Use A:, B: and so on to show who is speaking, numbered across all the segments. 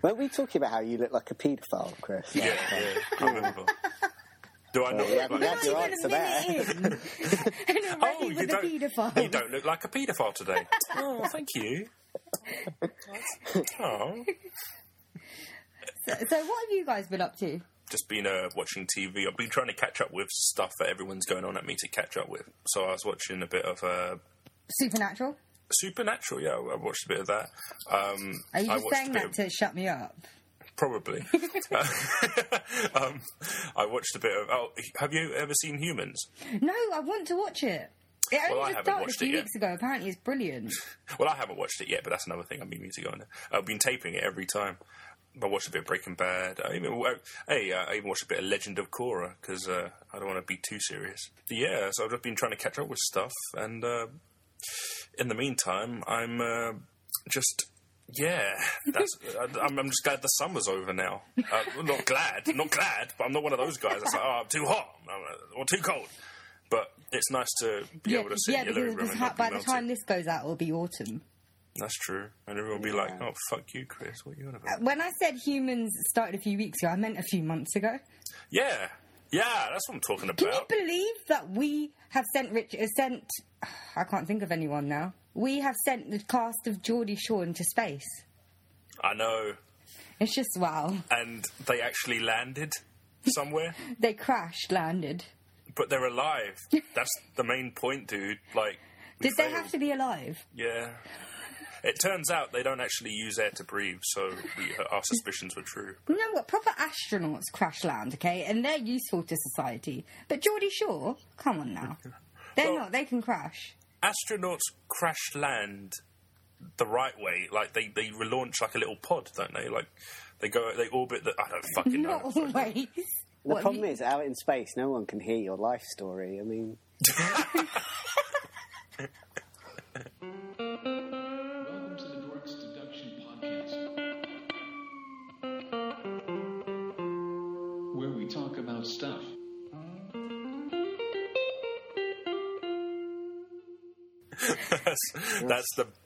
A: Weren't we talking about how you look like a paedophile, Chris?
B: Yeah, yeah. Can't remember. Do I not
A: yeah,
B: look
A: but
B: like
A: that's
B: a
A: your
B: paedophile?
A: answer there.
C: and already
B: Oh, you
C: with a
B: don't- You
C: paedophile.
B: don't look like a paedophile today. oh, thank you. Oh,
C: So what have you guys been up to?
B: just been uh, watching TV. I've been trying to catch up with stuff that everyone's going on at me to catch up with. So I was watching a bit of uh,
C: Supernatural?
B: Supernatural. Yeah, I I watched a bit of that. Um,
C: Are you
B: I
C: just
B: watched a
C: saying
B: bit
C: that
B: of-
C: to shut me up?
B: Probably. um, I watched a bit of. Oh, have you ever seen Humans?
C: No, I want to watch it. It only
B: Well, I
C: just
B: haven't
C: started a
B: watched
C: few
B: it yet.
C: weeks ago. Apparently, it's brilliant.
B: Well, I haven't watched it yet, but that's another thing I'm meaning to go on. I've been taping it every time. I watched a bit of Breaking Bad. I even, I, hey, uh, I even watched a bit of Legend of Korra because uh, I don't want to be too serious. Yeah, so I've just been trying to catch up with stuff, and uh, in the meantime, I'm uh, just yeah. That's, I, I'm, I'm just glad the summer's over now. Uh, well, not glad, not glad, but I'm not one of those guys that's like, oh, I'm too hot I'm, uh, or too cold. But it's nice to be able to sit
C: yeah,
B: in your
C: because,
B: living room
C: because
B: and
C: ha-
B: not be
C: by the
B: melted.
C: time this goes out, it'll be autumn.
B: That's true. And everyone will be like, oh, fuck you, Chris. What are you on about?
C: When I said humans started a few weeks ago, I meant a few months ago.
B: yeah. Yeah, that's what I'm talking
C: Can you
B: about.
C: believe that we have sent Rich uh, sent? I can't think of anyone now. We have sent the cast of Geordie Shore into space.
B: I know.
C: It's just wow.
B: And they actually landed somewhere,
C: They crashed, landed.
B: but they're alive. That's the main point, dude. Like, we
C: Did they
B: failed.
C: have to be alive?
B: Yeah. It turns out they don't actually use air to breathe, so we, uh, our suspicions were true.
C: You know what? Proper astronauts crash land, okay, and they're useful to society. But Geordie Shore, come on now, they're
B: Well-
C: not. They can crash.
B: Astronauts crash land the right way. Like, they, they relaunch like a little pod, don't they? Like, they go, they orbit the. I don't fucking know.
C: Not always.
A: The problem is, out in space, no one can hear your life story. I mean,
D: Welcome to the Dorks Deduction Podcast, where we talk about stuff.
B: that's, that's the.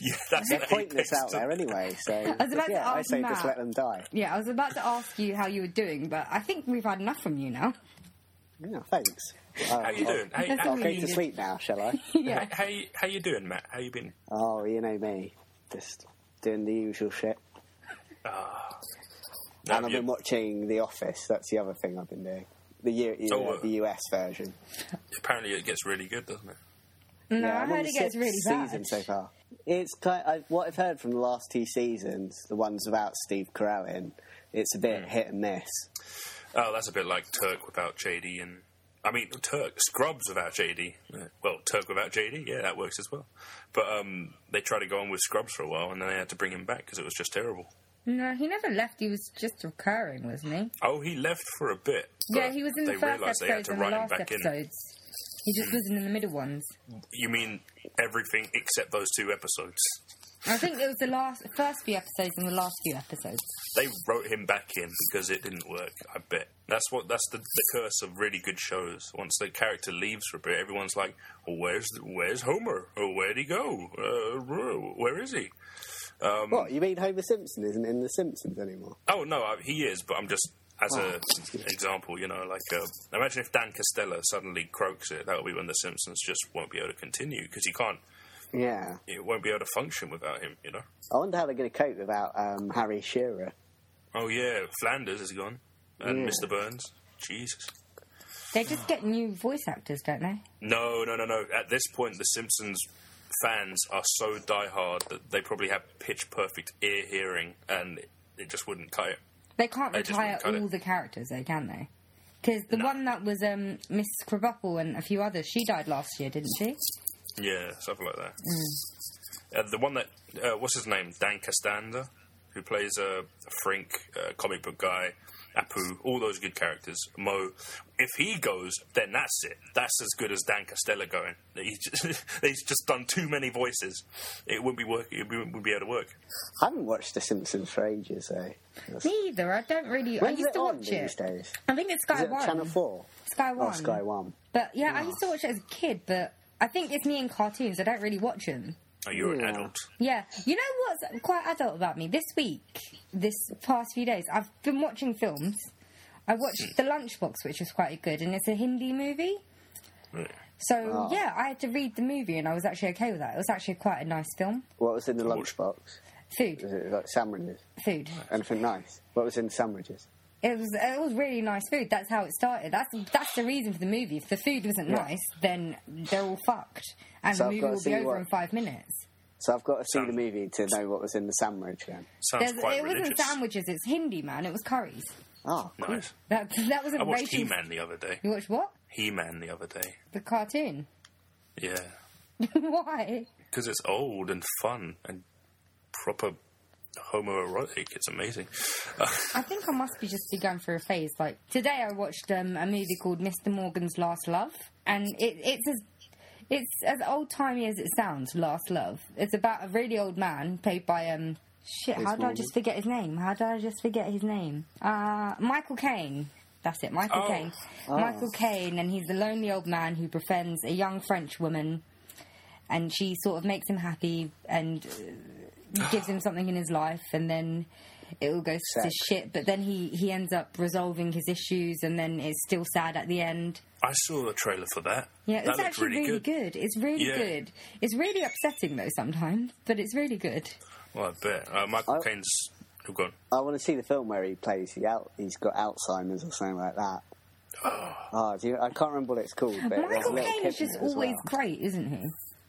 B: Yeah, that's
A: they're
B: the
A: pointless
B: apex
A: out
B: to-
A: there anyway. So
C: was about to
A: yeah, I
C: ask
A: say just
C: Matt.
A: let them die.
C: Yeah, I was about to ask you how you were doing, but I think we've had enough from you now.
A: Yeah, thanks. How
B: you doing? How-
A: I'll,
B: how
A: I'll
B: you
A: go
B: doing?
A: to sleep now, shall I?
C: Yeah.
B: How, how, you- how you doing, Matt? How you been?
A: oh, you know me, just doing the usual shit. and
B: Have
A: I've
B: you-
A: been watching The Office. That's the other thing I've been doing. The, U- you know,
B: Oh, uh,
A: the US version.
B: apparently, it gets really good, doesn't it?
C: No,
A: Yeah,
C: I
A: I'm on
C: heard
A: the
C: it gets
A: sixth
C: really bad.
A: season so far. It's kind I, what I've heard from the last two seasons, the ones without Steve Carell in. It's a bit hit and miss.
B: Oh, that's a bit like Turk without JD, and I mean Turk Scrubs without JD. Yeah. Well, Turk without JD, yeah, that works as well. But um, they tried to go on with Scrubs for a while, and then they had to bring him back because it was just terrible.
C: No, he never left. He was just recurring, wasn't he?
B: Oh, he left for a bit.
C: Yeah,
B: but
C: he was in the
B: they
C: first
B: realised they had
C: episodes
B: to
C: and the
B: write him
C: last
B: back in.
C: episodes. He just wasn't in the middle ones.
B: You mean everything except those two episodes?
C: I think it was the last first few episodes and the last few episodes.
B: they wrote him back in because it didn't work. I bet that's what that's the, the curse of really good shows. Once the character leaves for a bit, everyone's like, well, "Where's where's Homer? Oh, where'd he go? Uh, wh- where is he?"
A: What, you mean Homer Simpson isn't in The Simpsons anymore?
B: Oh no, I, he is, but I'm just as a example, you know, like uh, imagine if Dan Costello suddenly croaks it. That'll be when The Simpsons just won't be able to continue because you can't.
A: Yeah.
B: It won't be able to function without him, you know.
A: I wonder how they're going to cope without um, Harry Shearer.
B: Oh yeah, Flanders is gone, and Mr. Burns. Jesus.
C: They just get new voice actors, don't they?
B: No, no, no, no. At this point, the Simpsons fans are so diehard that they probably have pitch perfect ear hearing, and it just wouldn't cut it.
C: They can't
B: They just
C: retire
B: wouldn't cut
C: all
B: it.
C: the characters, though, can they? Because the one that was um, Miss Krabappel and a few others, she died last year, didn't she?
B: Yeah, something like that. Uh, the one that uh, what's his name, Dan Castanda, who plays uh, Frink, uh, comic book guy, Apu, all those good characters. Mo, if he goes, then that's it. That's as good as Dan Castella going. He's just, he's just done too many voices. It wouldn't be work. It wouldn't be able to work.
A: I haven't watched The Simpsons for ages, though. That's-
C: Me either. I don't really. I
A: When's
C: used
A: it
C: to
A: on
C: watch
A: these
C: it.
A: days?
C: I think it's Sky
A: Is it
C: One.
A: Channel 4?
C: Sky One.
A: Oh, Sky 1.
C: But yeah, I used to watch it as a kid, but I think it's me and cartoons. I don't really watch them.
B: Oh, you're
A: Yeah.
B: an adult.
C: Yeah, you know what's quite adult about me? This week, this past few days, I've been watching films. I
B: Hmm.
C: watched The Lunchbox, which was quite good, and it's a Hindi movie.
B: Right.
C: So
A: Ah.
C: yeah, I had to read the movie, and I was actually okay with that. It was actually quite a nice film.
A: What was in the lunchbox?
C: Food,
A: Was it like sandwiches?
C: food.
A: Anything nice? What was in the sandwiches?
C: It was it was really nice food. That's how it started. That's that's the reason for the movie. If the food wasn't
A: Yeah.
C: nice, then they're all fucked, and
A: So I've
C: the movie
A: gotta
C: will
A: see
C: be over
A: what-
C: in five minutes.
A: So I've got to see
B: Sand-
A: the movie to know what was in the sandwich then.
B: Sounds
C: There's-
B: quite
C: it wasn't
B: religious.
C: sandwiches. It's Hindi, man. It was curries.
A: Oh, cool.
B: Nice.
C: That that wasn't
B: I watched
C: racial.
B: He Man the other day.
C: You watched what?
B: He Man the other day.
C: The cartoon.
B: Yeah.
C: Why?
B: Because it's old and fun and proper homoerotic. It's amazing.
C: I think I must be just be going through a phase. Like today, I watched um, a movie called Mr. Morgan's Last Love, and it, it's as it's as old timey as it sounds. Last Love. It's about a really old man played by um shit. how did I
A: Morgan.
C: just forget his name? How did I just forget his name? Uh Michael Caine. That's it, Michael
B: Oh.
C: Caine. Michael Caine, and he's a lonely old man who befriends a young French woman, and she sort of makes him happy and uh, gives him something in his life, and then it all goes to
A: Sex.
C: shit. But then he he ends up resolving his issues, and then is still sad at the end.
B: I saw the trailer for that.
C: Yeah,
B: that
C: it's
B: looked
C: actually really, good. It's really
B: Yeah.
C: good. It's really upsetting though sometimes, but it's really good.
B: Well, I bet. Uh, Michael
A: I-
B: Caine's. Oh, God.
A: I want to see the film where he plays the out. He's got Alzheimer's or something like that. Oh, do you, I can't remember what it's called. But there's a
C: Michael
A: little
C: Caine
A: kid
C: is
A: in
C: just
A: it as
C: always
A: well.
C: great, isn't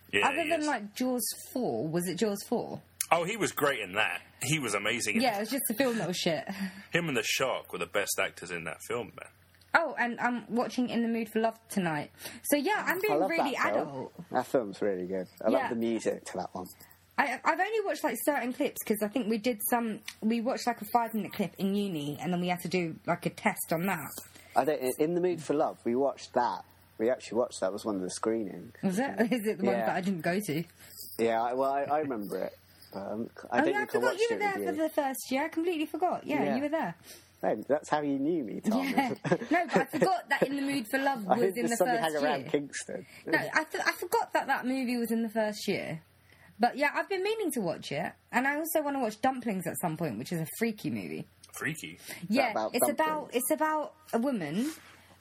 C: he?
B: Yeah,
C: Other
B: he
C: than
B: is.
C: like Jaws four, was it Jaws four?
B: Oh, he was great in that. He was amazing. in
C: Yeah, it was just a film that was shit.
B: Him and the shark were the best actors in that film, man.
C: Oh, and I'm watching In the Mood for Love tonight. So yeah, I'm
A: I
C: being
A: love
C: really
A: that film.
C: adult.
A: That film's really good. I
C: Yeah.
A: love the music to that one.
C: I, I've only watched like certain clips because I think we did some. We watched like a five minute clip in uni, and then we had to do like a test on that.
A: I don't, in the mood for love, we watched that. We actually watched that. It was one of the screenings.
C: Was it? Is it the one
A: Yeah.
C: that I didn't go to?
A: Yeah, I, well, I, I remember it. But, um, I
C: oh
A: don't
C: yeah, I
A: think I
C: forgot
A: watched
C: you were
A: it with
C: there for the first year. I completely forgot. Yeah,
A: Yeah.
C: you were there.
A: No, that's how you knew me, Tom.
C: Yeah. no, but I forgot that In the Mood for Love
A: I
C: was
A: didn't
C: in the
A: just suddenly hang
C: first
A: around
C: year.
A: Kingston.
C: No, I, th- I forgot that that movie was in the first year. But yeah, I've been meaning to watch it, and I also want to watch Dumplings at some point, which is a freaky movie.
B: Freaky.
C: Yeah,
A: about
C: it's
A: dumplings?
C: about it's about a woman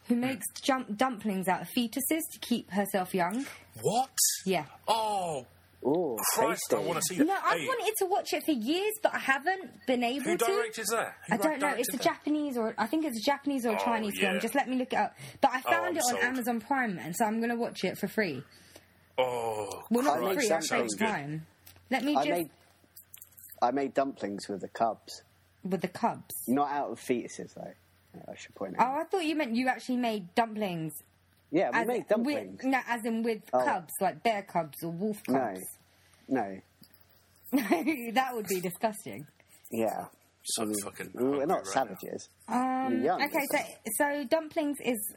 C: who makes jump dumplings out of fetuses to keep herself young.
B: What?
C: Yeah.
B: Oh,
A: Oh,
B: Christ, I
A: tasty.
B: want to see that.
C: No, I've
B: Hey,
C: wanted to watch it for years, but I haven't been able
B: Who
C: to.
B: directed that? Who
C: I don't know.
B: directed
C: It's a
B: that?
C: Japanese or I think it's a Japanese or a
B: Oh,
C: Chinese film.
B: yeah. Oh,
C: Just let me look it up. But I found
B: I'm
C: it on
B: sold.
C: Amazon Prime, and so I'm going to watch it for free.
B: Oh,
C: Well, not
A: I
C: for
A: made
C: free. I paid
A: dumplings.
C: Prime. Let me
A: I
C: just
A: made, I made dumplings with the cubs.
C: with the cubs.
A: Not out of fetuses, though. I should point
C: Oh,
A: out.
C: I thought you meant you actually made dumplings.
A: yeah, we
C: as-
A: made dumplings. Oh.
C: With, no, as in with cubs, like bear cubs or wolf
A: no,
C: cubs.
A: no.
C: that would be disgusting.
A: Yeah.
B: So fucking
A: We're
B: hungry
A: not
B: right
A: savages.
C: Um,
A: We're young.
C: okay, so so dumplings is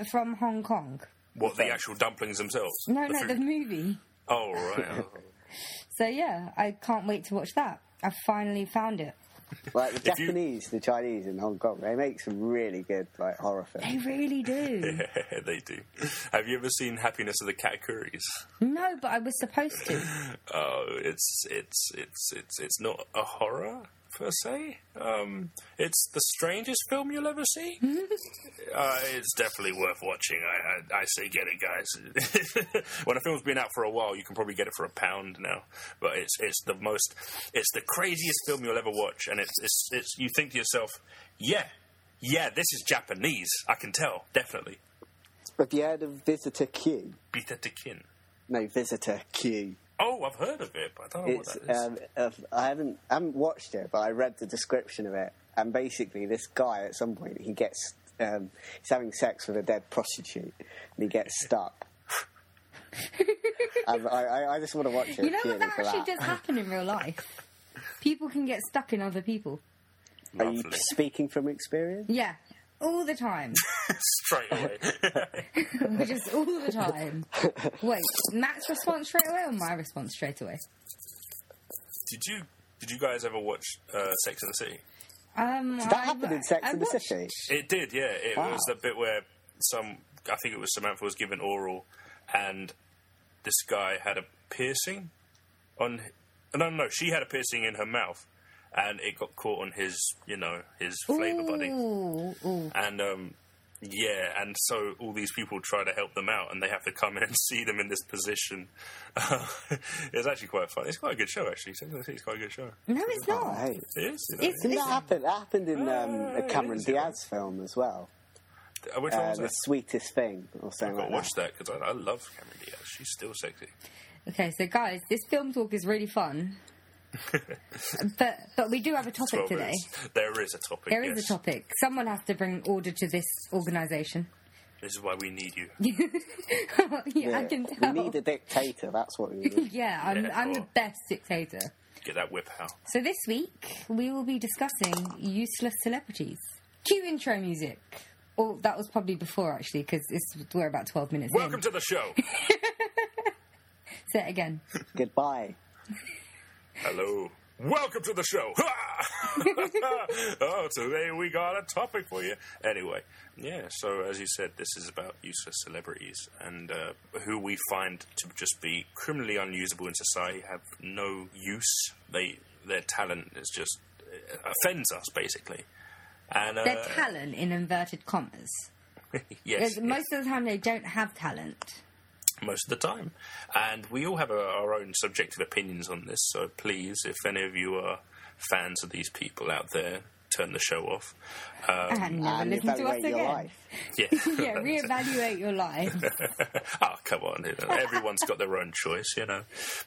C: uh, from Hong Kong.
B: now. What, the actual dumplings themselves?
C: No,
B: The
C: no,
B: food?
C: the movie.
B: Oh, right. Oh.
C: So yeah, I can't wait to watch that. I finally found it.
A: Like the
B: If you-
A: Japanese, the Chinese in Hong Kong, they make some really good like horror
C: They
A: films.
C: really do.
B: they do. Have you ever seen Happiness of the Katakuris?
C: no, but I was supposed to.
B: Oh, it's it's it's it's it's not a horror per se. Um, it's the strangest film you'll ever see. uh, it's definitely worth watching. I I, I say get it, guys. when a film's been out for a while, you can probably get it for a pound now. But it's it's the most it's the craziest film you'll ever watch, and it's it's, it's you think to yourself, yeah, yeah, this is Japanese. I can tell definitely.
A: Have you heard of Visitor Q?
B: Beat that to kin.
A: No, Visitor Q.
B: Oh, I've heard of it, but I don't know
A: It's
B: what that is.
A: um, of- I haven't I haven't watched it, but I read the description of it, and basically this guy at some point he gets um, he's having sex with a dead prostitute, and he gets stuck. and I, I, I just want to watch it.
C: You know
A: purely
C: what? That
A: for
C: actually does happen in real life. People can get stuck in other people.
A: Are you
B: Lovely.
A: speaking from experience?
C: Yeah, all the time.
B: straight away.
C: Just all the time. Wait, Matt's response straight away or my response straight away?
B: did you did you guys ever watch uh, Sex and the City?
C: Um,
A: That happened in Sex
C: I
A: and the
C: watched-
A: City.
B: It did, yeah. It
A: Wow.
B: was the bit where some I think it was Samantha was given oral, and this guy had a piercing on. No, no, no, she had a piercing in her mouth, and it got caught on his, you know, his flavour buddy.
C: Ooh, ooh.
B: and um, yeah, and so all these people try to help them out, and they have to come in and see them in this position. it's actually quite fun. It's quite a good show, actually. Sometimes It's quite a good show.
C: No, it's not.
A: Oh, hey.
B: It is. You know,
C: It's-
A: Didn't that happen? That happened in um, a
B: Hey,
A: Cameron
B: it's-
A: Diaz film as well.
B: Uh, which one
A: Uh,
B: was
A: the
B: that?
A: sweetest thing, or something
B: I've got
A: like
B: to
A: that.
B: watch that because I, I love Cameron Diaz. She's still sexy.
C: Okay, so guys, this film talk is really fun. but but we do have a topic
B: Well,
C: today.
B: it's- There is a topic.
C: There is
B: yes.
C: a topic. Someone has to bring order to this organisation.
B: This is why we need you.
C: yeah, I
A: Yeah.
C: can tell.
A: We need a dictator. That's what we need.
C: yeah, I'm,
B: Yeah,
C: I'm the
B: cool.
C: best dictator.
B: Get that whip out.
C: So this week we will be discussing useless celebrities. Cue intro music. Oh, that was probably before actually, because we're about twelve minutes
B: Welcome
C: in.
B: to the show.
C: Say it again.
A: Goodbye.
B: Hello. Welcome to the show. oh, today we got a topic for you. Anyway, yeah, so as you said, this is about useless celebrities and uh, who we find to just be criminally unusable in society, have no use. They Their talent is just it offends us, basically. And uh,
C: Their talent in inverted commas.
B: yes,
C: Because
B: yes.
C: Most of the time they don't have talent.
B: most of the time. And we all have our- our own subjective opinions on this, so please, if any of you are fans of these people out there, turn the show off. Um,
C: And never
A: and
C: listen to us
A: evaluate your
C: again.
A: life.
B: yeah.
C: yeah, reevaluate your life.
B: oh, come on. you know, Everyone's got their own choice, you know.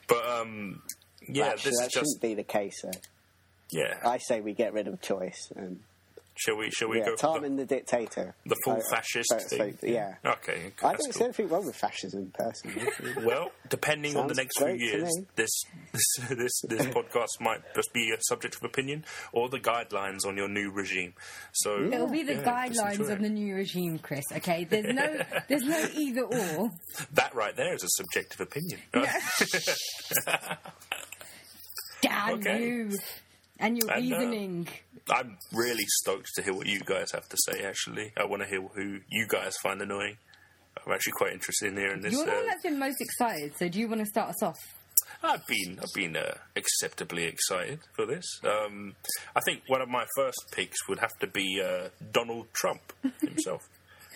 B: But, um, yeah,
A: that
B: this
A: that
B: is just.
A: shouldn't be the case. Though.
B: Yeah.
A: I say we get rid of choice. And,
B: shall we, shall we
A: yeah,
B: go for
A: Tom
B: the,
A: and the dictator.
B: the full
A: I- I-
B: fascist
A: so- so-
B: thing?
A: yeah.
B: Okay.
A: I don't
B: that's
A: see
B: cool.
A: anything wrong with fascism, personally.
B: Well, depending on the
A: Sounds
B: next few
A: great to
B: years,
A: me.
B: this this this this podcast might just be a subject of opinion or the guidelines on your new regime. So
C: It'll be the
B: yeah, listen
C: guidelines
B: to
C: on
B: it.
C: the new regime, Chris. Okay, there's no, there's no either or.
B: that right there is a subjective opinion.
C: Damn
B: Okay.
C: you and your
B: And, uh,
C: reasoning.
B: I'm really stoked to hear what you guys have to say. Actually, I want to hear who you guys find annoying. I'm actually quite interested in hearing this.
C: You're the
B: uh,
C: one that's been most excited. So do you want to start us off?
B: I've been I've been uh, acceptably excited for this. Um, I think one of my first picks would have to be uh, Donald Trump himself,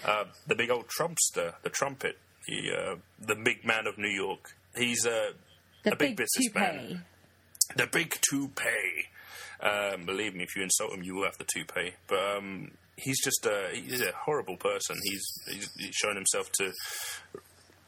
B: uh, the big old Trumpster, the trumpet, the uh, the big man of New York. He's uh,
C: The
B: a big, businessman,
C: toupee.
B: the big toupee. Um, believe me, if you insult him, you will have the toupee. But um, he's just a, he's a horrible person. He's, he's, he's shown himself to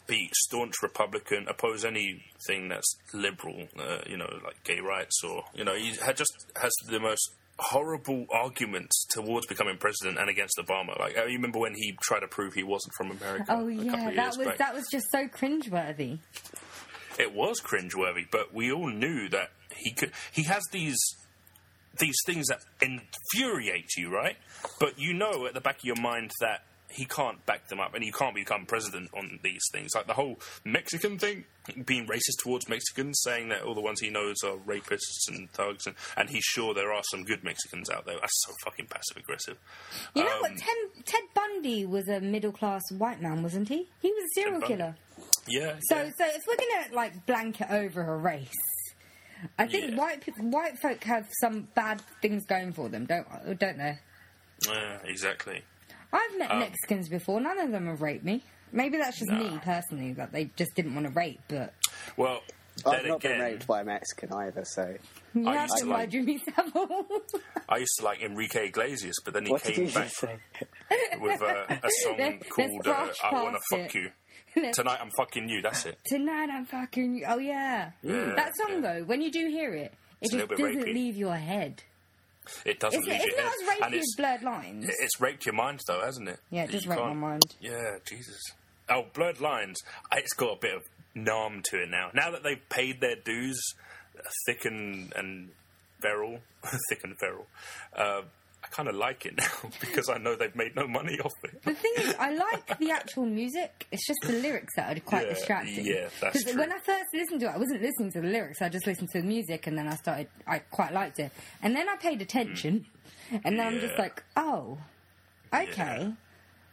B: be staunch Republican, oppose anything that's liberal, uh, you know, like gay rights, or you know, he had just has the most horrible arguments towards becoming president and against Obama. Like, I remember when he tried to prove he wasn't from America.
C: Oh
B: a couple
C: yeah,
B: of
C: that
B: years
C: was
B: back.
C: that was just so cringeworthy.
B: it was cringeworthy, but we all knew that he could. He has these these things that infuriate you, right? But you know at the back of your mind that he can't back them up, and you can't become president on these things. Like the whole Mexican thing, being racist towards Mexicans, saying that all the ones he knows are rapists and thugs, and, and he's sure there are some good Mexicans out there. That's so fucking passive aggressive.
C: You know what?
B: Um,
C: Ted, Ted Bundy was a middle class white man, wasn't he? He was a serial
B: Bundy.
C: killer.
B: Yeah.
C: So,
B: yeah.
C: so if we're gonna like blanket over a race, I think
B: Yeah.
C: white peop white folk have some bad things going for them, don't don't they?
B: Yeah, exactly.
C: I've
B: Um,
C: met Mexicans before. None of them have raped me. Maybe that's just me personally that they just didn't want to rape. But
B: Well,
A: I've
B: then
A: not
B: again,
A: been raped by a Mexican either, so.
C: you
B: I
C: have
B: used
C: to
B: to like-
C: mind your yourself.
B: I used to like Enrique Iglesias, but then he
A: What did
B: came
A: you
B: back
A: just say?
B: with uh, a song
C: Let's
B: called uh,
C: brush
B: "I Wanna
C: past
B: Fuck
C: it.
B: You."
C: Let's-
B: Tonight I'm fucking you. That's it.
C: Tonight I'm fucking. Oh yeah,
B: Yeah,
C: that song
B: yeah.
C: though. When you do hear it, it
B: It's a
C: just
B: little bit
C: doesn't
B: rapey.
C: leave your head.
B: It doesn't
C: It's,
B: leave
C: it's
B: your
C: not
B: head,
C: as
B: and
C: rapey
B: it's
C: as Blurred Lines.
B: it's raped your mind though, hasn't it?
C: Yeah, it does
B: You
C: rape my
B: can't-
C: mind.
B: Yeah, Jesus. Oh, blurred lines. I- It's got a bit of numb to it now. Now that they've paid their dues, uh, thick and and feral, thick and feral. Uh, I kind of like it now because I know they've made no money off it.
C: The thing is, I like the actual music. It's just the lyrics that are quite
B: Yeah,
C: distracting.
B: yeah, that's
C: Because
B: true.
C: when I first listened to it, I wasn't listening to the lyrics. I just listened to the music, and then I started. I quite liked it, and then I paid attention, and then I'm just
B: Mm. Yeah.
C: like, oh, okay,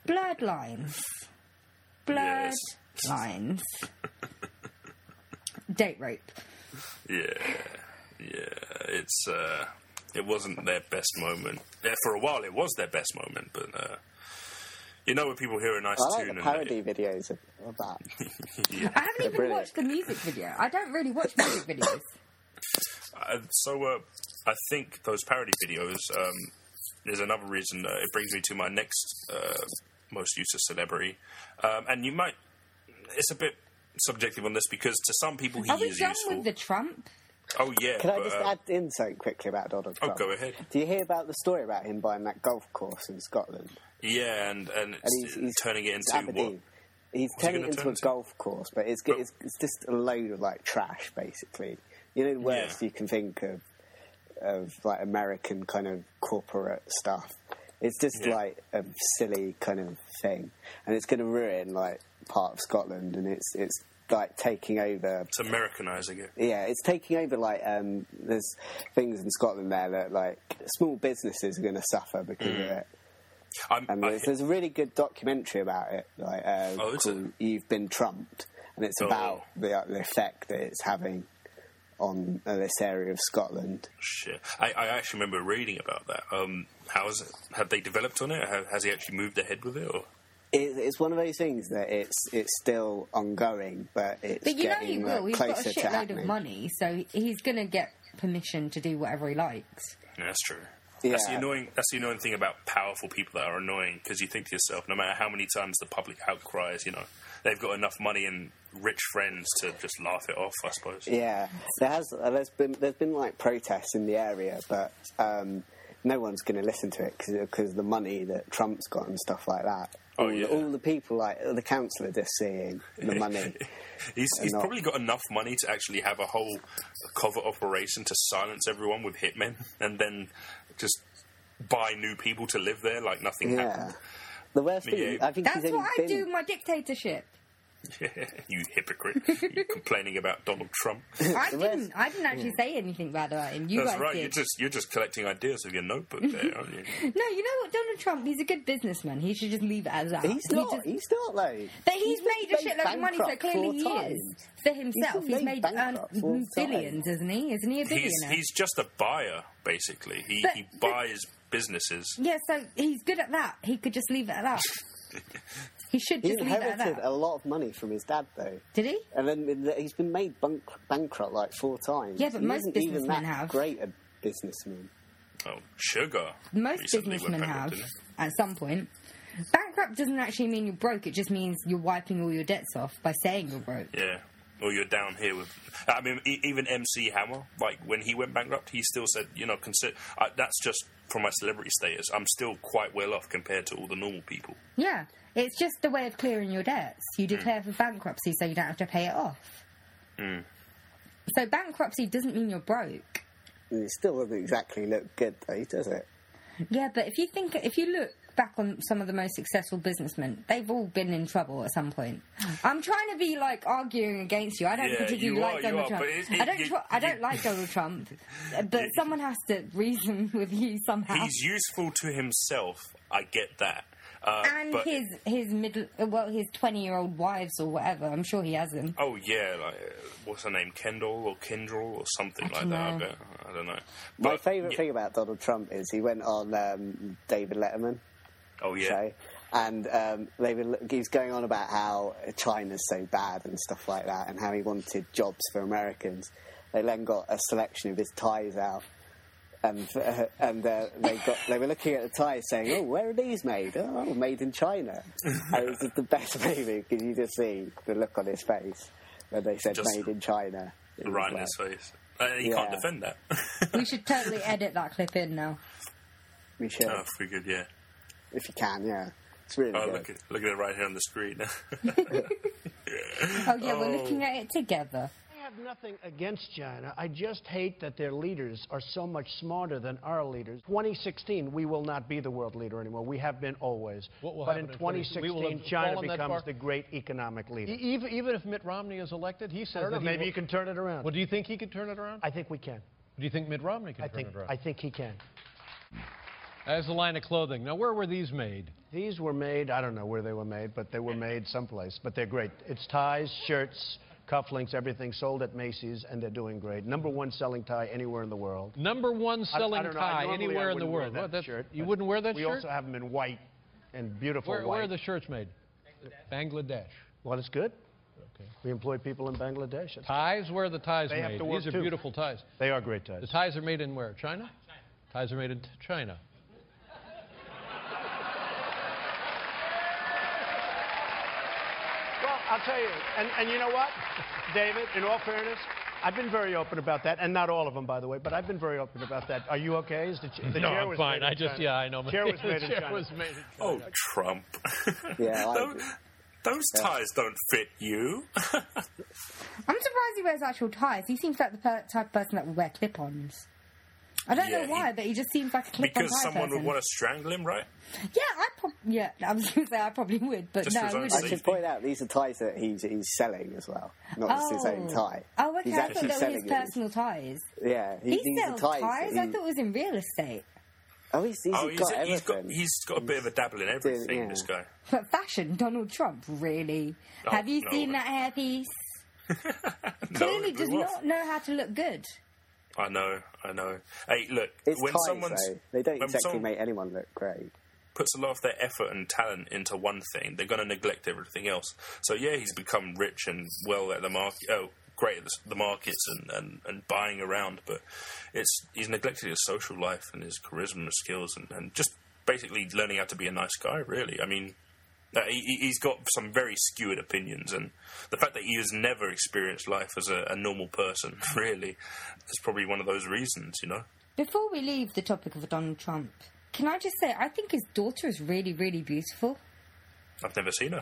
C: blurred lines, blurred
B: Yes.
C: lines, date rape.
B: Yeah, yeah. It's uh, it wasn't their best moment. Yeah, for a while, it was their best moment, but uh, you know when people hear a nice
A: I like
B: tune
A: the
B: and
A: parody videos of, of that.
C: I haven't even
A: brilliant.
C: watched the music video. I don't really watch music videos.
B: Uh, so uh, I think those parody videos um, is another reason. Uh, it brings me to my next uh, most useless celebrity, um, and you might. It's a bit subjective on this because to some people he
C: Are we
B: is
C: done
B: useful.
C: with the Trump?
B: oh yeah,
A: Can I
B: but,
A: just
B: uh,
A: add in something quickly about Donald
B: Oh,
A: Trump?
B: go ahead.
A: Do you hear about the story about him buying that golf course in Scotland?
B: yeah, and and, it's,
A: And he's, he's
B: turning it
A: it's
B: into what?
A: Aberdeen. He's
B: he
A: turning it
B: gonna
A: into
B: turn
A: a
B: it to? Oh.
A: golf course, but it's,
B: But-
A: it's it's just a load of like trash, basically. You know, the worst
B: Yeah.
A: you can think of of like American kind of corporate stuff. It's just
B: Yeah.
A: like a silly kind of thing, and it's going to ruin like part of Scotland, and it's it's like taking over
B: It's Americanizing it.
A: yeah, it's taking over. Like, um, there's things in Scotland there that like small businesses are going to suffer because of
B: Mm.
A: it.
B: I'm,
A: And
B: I-
A: there's, there's a really good documentary about it, like uh,
B: Oh, is it?
A: called "You've Been Trumped," and it's
B: Oh.
A: about the, uh, the effect that it's having on uh, this area of Scotland.
B: Shit. I, I actually remember reading about that. Um, how's it? Have they developed on it? Have, has he actually moved ahead with it? Or
A: It, it's one of those things that it's it's still ongoing, but it's
C: But you know he
A: getting
C: will.
A: uh,
C: He's got a
A: closer to
C: shitload of
A: happening.
C: money, so he's going to get permission to do whatever he likes.
B: Yeah, that's true. That's the
A: Yeah.
B: annoying. That's the annoying thing about powerful people that are annoying because you think to yourself, no matter how many times the public outcries, you know, they've got enough money and rich friends to just laugh it off. I suppose.
A: Yeah, there has uh, there's been there's been like protests in the area, but um, no one's going to listen to it because the money that Trump's got and stuff like that.
B: Oh,
A: all, the-
B: yeah.
A: all the people like the council are just seeing the money.
B: He's, he's
A: not-
B: probably got enough money to actually have a whole covert operation to silence everyone with hitmen, and then just buy new people to live there like nothing
A: yeah,
B: happened.
A: the worst thing
B: Yeah.
A: I think
C: That's
A: he's only
C: what I
A: been,
C: do with my dictatorship.
B: you hypocrite! you complaining about Donald Trump.
C: I didn't. I didn't actually say anything bad about him. You
B: That's
C: guys
B: right. You're
C: did.
B: just you're just collecting ideas of your notebook, there, aren't you?
C: No, you know what? Donald Trump. He's a good businessman. He should just leave it as that.
A: He's
C: He
A: not.
C: just-
A: he's not though.
C: but he's, made a
A: been
C: shitload of money, so
A: bankrupt
C: clearly he
A: four
C: is
A: times.
C: for himself.
A: been
C: He's made,
A: made bankrupt four
C: um, billions, isn't he? Isn't he a billionaire?
B: He's he's just a buyer, basically. He
C: But-
B: he buys businesses.
C: Yeah, so he's good at that. He could just leave it at that. he should
A: He
C: just leave it at
A: inherited
C: that.
A: a lot of money from his dad though.
C: Did he?
A: And then he's been made bank- bankrupt like four times.
C: Yeah, but
A: he
C: most
A: isn't even
C: businessmen
A: that
C: have.
A: great a businessman.
B: Oh, sugar.
C: Most
B: recently went
C: businessmen
B: bankrupt,
C: have
B: didn't
C: at some point. Bankrupt doesn't actually mean you're broke. It just means you're wiping all your debts off by saying you're broke.
B: it? Yeah. Or you're down here with. I mean, e- even MC Hammer, like when he went bankrupt, he still said, you know, consider uh, that's just for my celebrity status. I'm still quite well off compared to all the normal people.
C: Yeah, it's just the way of clearing your debts.
B: Mm.
C: You declare for bankruptcy so you don't have to pay it off.
B: Mm.
C: So bankruptcy doesn't mean you're broke.
A: And He still doesn't exactly look good though, does it?
C: Yeah, but if you think, if you look back on some of the most successful businessmen, they've all been in trouble at some point. I'm trying to be like arguing against you. I don't
B: Yeah,
C: particularly
B: you
C: like
B: are, you
C: Donald
B: are,
C: Trump.
B: but it-
C: I don't.
B: you-
C: tr- I don't
B: you-
C: like Donald Trump. But someone has to reason with you somehow.
B: He's useful to himself. I get that. Uh,
C: and
B: but,
C: his his middle, well, his 20 year old wives or whatever. I'm sure he has them.
B: Oh yeah, like uh, what's her name, Kendall or Kindrel or something like
C: don't
B: that. I,
C: know.
B: bet. I don't know.
A: My
B: But,
A: favourite
B: yeah.
A: thing about Donald Trump is he went on um, David Letterman
B: Oh yeah.
A: show, and um, they were, he was going on about how China's so bad and stuff like that, and how he wanted jobs for Americans. They then got a selection of his ties out. And, uh, and uh, they got they were looking at the ties saying, "Oh, where are these made? Oh, made in China." and it was just the best movie because you just see the look on his face when they said
B: Just
A: "made in China." It was
B: right in
A: like-
B: his face. Uh, he can't
A: Yeah.
B: defend that.
C: We should totally edit that clip in now.
A: We should,
B: oh, figured, yeah.
A: if you can, yeah. It's really
B: Oh,
A: good.
B: look at, look at it right here on the screen.
C: Oh yeah, we're looking at it together.
E: I have nothing against China. I just hate that their leaders are so much smarter than our leaders. 2016, we will not be the world leader anymore. We have been always.
F: What will
E: but
F: happen
E: in
F: in
E: 2016,
F: 2016? We will have
E: China
F: fallen that far?
E: becomes the great economic leader.
F: E- Even, even if Mitt Romney is elected, he says
E: I don't know,
F: that he
E: maybe
F: will-
E: you can turn it around.
F: Well, do you think he could turn it around?
E: I think we can.
F: do you think Mitt Romney can
E: I
F: turn
E: think,
F: it around?
E: I think he can.
F: As a line of clothing. Now, where were these made?
E: These were made, I don't know where they were made, but they were made someplace. But they're great. It's ties, shirts, cufflinks, everything sold at Macy's, and they're doing great. Number one selling tie anywhere in the world.
F: Number one
E: I- I
F: selling
E: don't know, I
F: tie
E: normally I
F: anywhere in the
E: wouldn't wear
F: world.
E: that
F: What, that's-
E: shirt,
F: you
E: but
F: wouldn't wear that
E: we
F: shirt?
E: also have them in white and beautiful
F: where,
E: white.
F: where are the shirts made? Bangladesh.
E: well, it's good.
F: Okay.
E: We employ people in Bangladesh. It's-
F: Ties, where are the ties
E: They have
F: made?
E: to work
F: These are
E: too.
F: beautiful ties.
E: They are great
F: The
E: ties.
F: ties are made in where? China? Ties are made in t- China.
E: Well, I'll tell you, and, and you know what, David, in all fairness, I've been very open about that, and not all of them, by the way, but I've been very open about that. Are you okay? Is the, ch- the
F: no,
E: chair
F: I'm
E: was
F: fine.
E: made in
F: I just,
E: China.
F: yeah, I know.
E: Chair was
F: The
E: made in
F: chair
E: China.
F: was made in
B: Oh,
F: China.
B: Trump.
A: Yeah, I
B: those,
A: agree.
B: those ties don't fit you.
C: I'm surprised he wears actual ties. He seems like the per- type of person that would wear clip-ons. I don't
B: Yeah,
C: know why,
B: he-
C: but he just seems like a clip-on
B: because
C: tie
B: someone
C: person.
B: would want to strangle him, right?
C: Yeah, I prob- yeah, I was going to say I probably would, but
B: Just
C: no,
B: for
C: I
B: his own
C: wouldn't.
A: I
B: sake.
A: should point out these are ties that he's he's selling as well, not just his own tie.
C: Oh, okay.
A: He's
C: I thought
A: actually
C: they were his
A: selling these.
C: personal ties.
A: Yeah, he,
C: He,
A: these are
C: sells
A: ties. that
C: ties.
A: he-
C: I thought it was in real estate,
A: oh, he's, he's
B: oh,
A: got everything.
B: he's got he's got a bit of a dabble in everything.
A: yeah.
B: This guy.
C: but fashion. Donald Trump, really?
B: Oh,
C: Have you
B: no.
C: seen that hairpiece? Clearly,
B: no,
C: does
B: it was.
C: not know how to look good.
B: I know, I know. Hey, look,
A: It's
B: when
A: ties,
B: someone's
A: though. They don't
B: when
A: exactly
B: someone
A: make anyone look great.
B: puts a lot of their effort and talent into one thing, they're going to neglect everything else. So yeah, he's become rich and well at the market. Oh, great at the, the markets and, and, and buying around, but it's he's neglected his social life and his charisma and skills and, and just basically learning how to be a nice guy. Really, I mean. Uh, he, he- he's got some very skewed opinions, and the fact that he has never experienced life as a, a normal person, really, is probably one of those reasons, you know?
C: Before we leave the topic of Donald Trump, can I just say I think his daughter is really, really beautiful.
B: I've never seen her.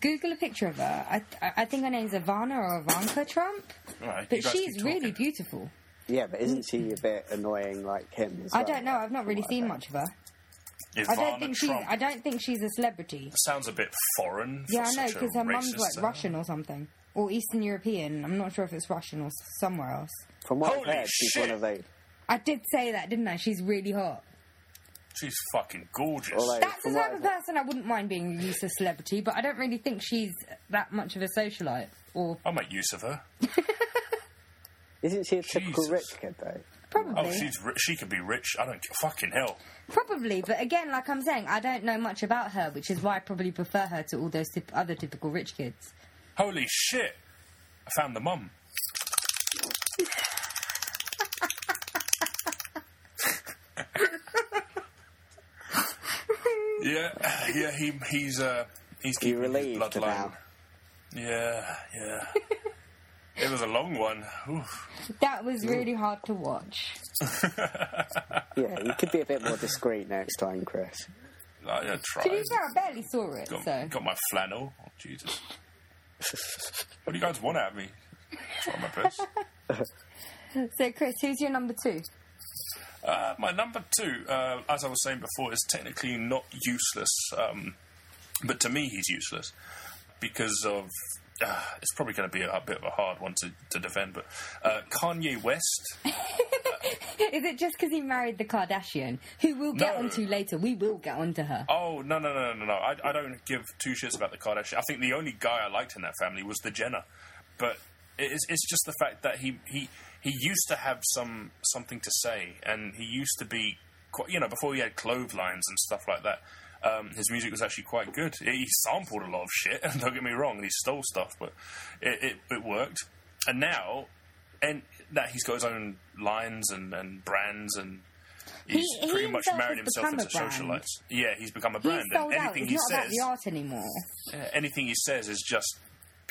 C: Google a picture of her. I, I I think her name's Ivana or Ivanka Trump,
B: Right, you
C: but
B: guys
C: she's
B: keep talking.
C: really beautiful.
A: Yeah, but isn't she a bit annoying like him? As
C: Mm. I
A: well,
C: don't know.
A: like,
C: I've not
A: from
C: really
A: what I've
C: seen
A: heard?
C: much of her.
B: Ivana
C: I don't think she's.
B: Trump
C: I don't think she's a celebrity.
B: sounds a bit foreign. for
C: Yeah, I know
B: such a
C: because her mum's
B: racist,
C: like
B: uh,
C: Russian or something, or Eastern European. I'm not sure if it's Russian or s- somewhere else.
A: From what
B: Holy
A: I've heard, she's
B: shit.
A: one of those.
C: I did say that, didn't I? She's really hot.
B: She's fucking gorgeous.
A: Although,
C: That's the
A: from what
C: type
A: I've-
C: of person I wouldn't mind being a useless celebrity, but I don't really think she's that much of a socialite. Or
B: I'll make use of her.
A: Isn't she a typical
B: Jesus.
A: rich kid though?
C: probably,
B: Oh, she's ri- she could be rich. I don't care. Fucking hell.
C: probably. But again, like I'm saying, I don't know much about her, which is why I probably prefer her to all those typ- other typical rich kids.
B: Holy shit! I found the mum. yeah, yeah. He he's uh he's
A: You
B: keeping his
A: relieved
B: bloodline.
A: about?
B: Yeah, yeah. it was a long one. Oof.
C: That was really hard to watch.
A: Yeah, you could be a bit more discreet next time, Chris.
B: I I tried.
C: To be fair, I barely saw it.
B: Got,
C: So
B: got my flannel. Oh, Jesus. what do you guys want out of me? Try my best.
C: So, Chris, who's your number two?
B: Uh, my number two, uh, as I was saying before, is technically not useless, um, but to me, he's useless because of. Uh, it's probably going to be a, a bit of a hard one to, to defend, but uh, Kanye West.
C: Is it just because he married the Kardashian, who we'll get
B: No.
C: onto later? We will get onto her.
B: Oh no no no no no! I, I don't give two shits about the Kardashian. I think the only guy I liked in that family was the Jenner, but it's it's just the fact that he he he used to have some something to say, and he used to be quite you know before he had clotheslines and stuff like that. Um, his music was actually quite good. He sampled a lot of shit, and don't get me wrong, and he stole stuff, but it, it, it worked. And now, and that he's got his own lines and, and brands, and he's
C: He- he
B: pretty much
C: himself
B: married
C: has
B: himself
C: become
B: into
C: a brand.
B: socialite. Yeah, he's become a
C: He's
B: brand,
C: sold
B: and
C: out.
B: anything
C: It's
B: he
C: not about
B: says,
C: the art anymore.
B: uh, anything he says is just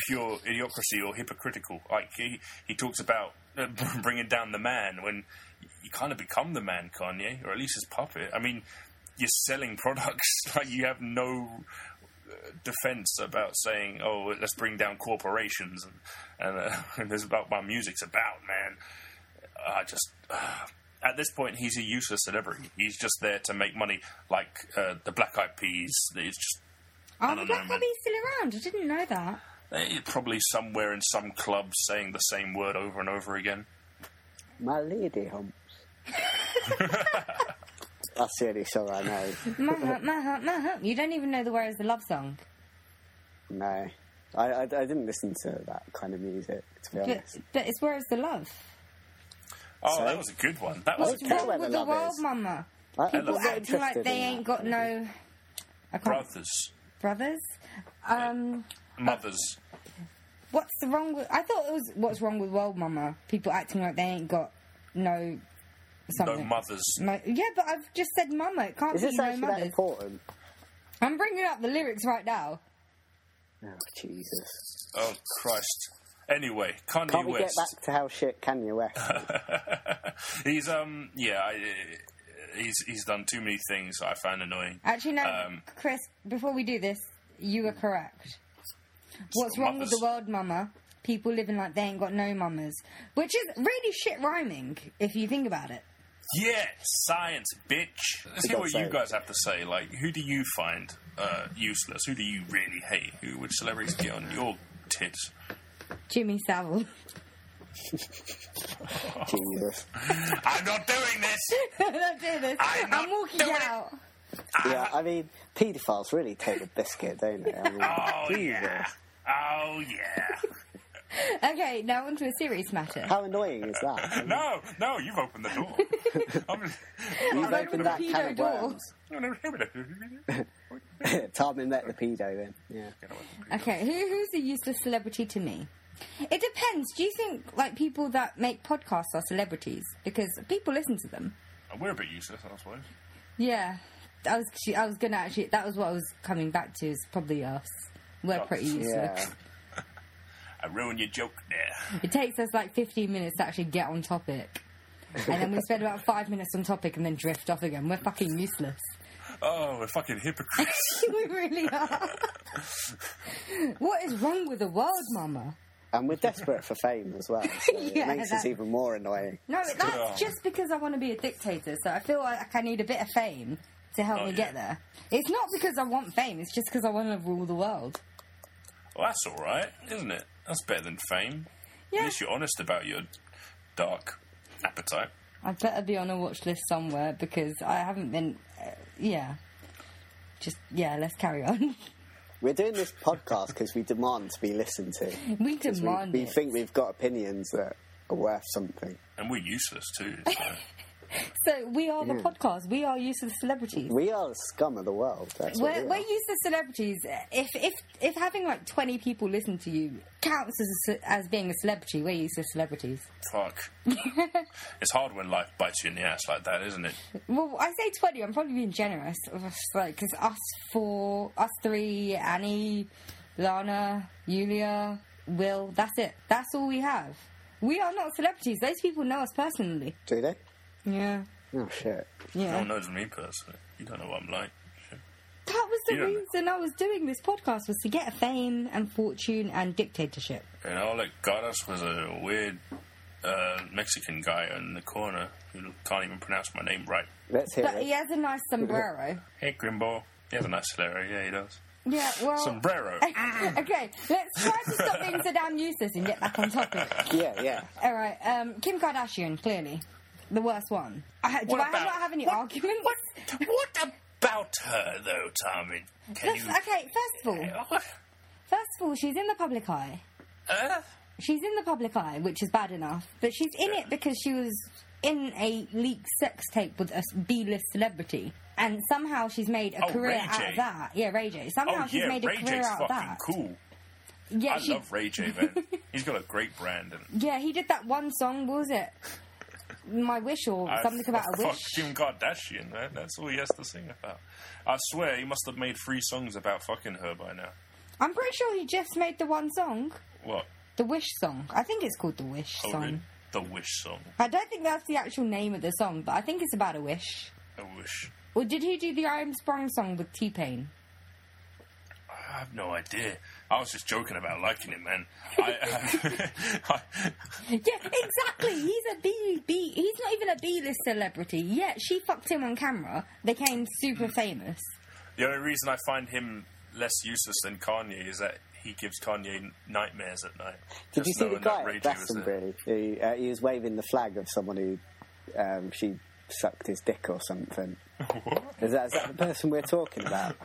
B: pure idiocracy or hypocritical. Like he, he talks about uh, bringing down the man when you kind of become the man, Kanye, or at least his puppet. I mean, you're selling products like you have no uh, defense about saying, "Oh, let's bring down corporations," and and, uh, and this is about my music's about, man. I just uh, at this point he's a useless celebrity. He's just there to make money, like uh, the Black Eyed Peas. He's just
C: Are
B: don't
C: the
B: know,
C: Black
B: man.
C: Eyed Peas still around? I didn't know that.
B: eh, probably somewhere in some club saying the same word over and over again.
A: My lady humps. That's the only song I know.
C: My heart, my heart, my heart. You don't even know the words of the love song.
A: No. I, I, I didn't listen to that kind of music, to be
C: But,
A: honest.
C: but it's Where's the Love?
B: Oh,
A: So-
B: that was a good one. That was a
A: What's
B: good
A: know
C: What's
A: where
C: wrong
A: the
C: with the
A: love
C: world,
A: is.
C: Mama?
A: I- I'm
C: People
A: not
C: acting like
A: interested
C: they
A: in
C: ain't
A: that.
C: got no. I can't.
B: brothers,
C: Brothers? Um,
B: mothers.
C: what's the wrong with. I thought it was What's Wrong with World Mama? People acting like they ain't got no.
A: Uh,
C: Something.
B: No mothers.
C: No- yeah, but I've just said mama. It can't
A: Is
C: be
A: this
C: no
A: actually that
C: mothers.
A: important?
C: I'm bringing up the lyrics right now.
A: Oh, Jesus.
B: Oh Christ. Anyway, Kanye
A: Can't we get
B: West.
A: back to how shit Kanye West? is?
B: he's um yeah, I, he's he's done too many things I found annoying.
C: Actually, no,
B: Um,
C: Chris. Before we do this, you were correct. What's
B: So
C: wrong with the
B: mothers-
C: world, mama? People living like they ain't got no mamas, which is really shit rhyming if you think about it.
B: Yeah, science, bitch. Let's
A: For
B: hear what
A: God's
B: you
A: sake.
B: guys have to say. Like, who do you find uh, useless? Who do you really hate? Who would celebrities get on your tits?
C: Jimmy Savile.
A: Jesus.
B: I'm not doing this.
C: I'm not doing this.
B: I'm
C: I'm,
B: not
C: walking
B: doing it.
C: out.
A: Yeah, I mean, paedophiles really take a biscuit, don't they? I mean,
B: Oh
A: Jesus.
B: yeah. Oh yeah.
C: Okay, now onto a serious matter.
A: How annoying is that?
B: No, no, you've opened the door. I'm,
A: You've
C: opened
A: opened
C: the
A: that
C: pedo
A: can of
C: door.
A: worms.
B: I'm
A: Time and let the pedo then. Yeah.
C: Okay, who, who's a useless celebrity to me? It depends. Do you think like people that make podcasts are celebrities because people listen to them?
B: We're a bit useless, I suppose.
C: Yeah, I was actually- I was gonna actually that was what I was coming back to is probably us. We're pretty useless.
A: Yeah.
B: I ruined your joke there.
C: It takes us like 15 minutes to actually get on topic, and then we spend about five minutes on topic and then drift off again. We're fucking useless.
B: Oh, we're fucking hypocrites.
C: we really are. what is wrong with the world, Mama?
A: And we're desperate for fame as well. So
C: Yeah,
A: it makes us
C: that-
A: even more annoying.
C: No, that's just because I want to be a dictator. So I feel like I need a bit of fame to help
B: Oh,
C: me
B: yeah.
C: get there. It's not because I want fame. It's just because I want to rule the world.
B: Well, that's all right, isn't it? That's better than fame.
C: Yeah.
B: At least you're honest about your dark appetite.
C: I better be on a watch list somewhere because I haven't been. Uh, yeah. Just yeah, let's carry on.
A: We're doing this podcast because we demand to be listened to.
C: we
A: 'Cause we-
C: demand
A: we,
C: it.
A: think we've got opinions that are worth something.
B: And we're useless, too. so.
C: so we are the
A: Mm.
C: podcast. We are useless celebrities.
A: We are the scum of the world. That's what
C: We're,
A: we
C: we're
A: are.
C: useless celebrities. If if if having like twenty people listen to you counts as a, ce- as being a celebrity, we're useless celebrities.
B: Fuck. it's hard when life bites you in the ass like that, isn't it?
C: Well, I say 20, I'm probably being generous. It's Like, because us four, us three, Annie, Lana, Yulia, Will, that's it. That's all we have. We are not celebrities. Those people know us personally.
A: Do they?
C: Yeah.
A: Oh, shit.
B: No
C: Yeah.
B: one knows me personally. You don't know what I'm like.
C: That was the
B: You don't know.
C: reason I was doing this podcast, was to get fame and fortune and dictatorship.
B: And all that got us was a weird uh, Mexican guy in the corner who can't even pronounce my name right.
A: Let's hear
C: But
A: it.
C: he has a nice sombrero.
B: Hey, Grimbo. He has a nice celero. Yeah, he does.
C: Yeah, well.
B: Sombrero.
C: Oh. okay, let's try to stop being so damn useless and get back on topic.
A: Yeah, yeah.
C: All right, um, Kim Kardashian, clearly the worst one. I, do
B: What
C: I
B: about-
C: not have any
B: what-
C: arguments?
B: What about her, though, Tommy? Can
C: Let's- okay, first of all,
B: you...
C: first of all, she's in the public eye.
B: Uh,
C: She's in the public eye, which is bad enough, but she's in it because she was in a leaked sex tape with a s- B-list celebrity, and somehow she's made a
B: Oh,
C: career
B: Ray
C: out
B: J.
C: of that. Yeah, Ray J. Somehow
B: oh,
C: she's
B: yeah,
C: made a
B: Ray
C: career
B: J's
C: out
B: fucking
C: of that.
B: cool.
C: Yeah,
B: I
C: she,
B: love Ray J, man. He's got a great brand. And
C: yeah, he did that one song. What was it? My wish or
B: I-
C: something about a
B: fuck
C: wish.
B: Kim Kardashian, man. That's all he has to sing about. I swear, he must have made three songs about fucking her by now.
C: I'm pretty sure he just made the one song.
B: What?
C: The Wish song. I think it's called the Wish
B: Oh,
C: song.
B: really? The Wish song.
C: I don't think that's the actual name of the song, but I think it's about a wish.
B: The Wish.
C: Or did he do the I Am Sprung song with T Pain?
B: I have no idea. I was just joking about liking it, man. I, uh, I,
C: Yeah, exactly. He's a B B. He's not even a B list celebrity. Yeah, she fucked him on camera. Became super famous.
B: the only reason I find him less useless than Kanye is that he gives Kanye nightmares at night.
A: Did you
B: Just
A: see the
B: knowing that
A: guy
B: Ray
A: at
B: J was there.
A: Glastonbury? He, uh, he was waving the flag of someone who um, she sucked his dick or something.
B: What?
A: Is that, is that the person we're talking about?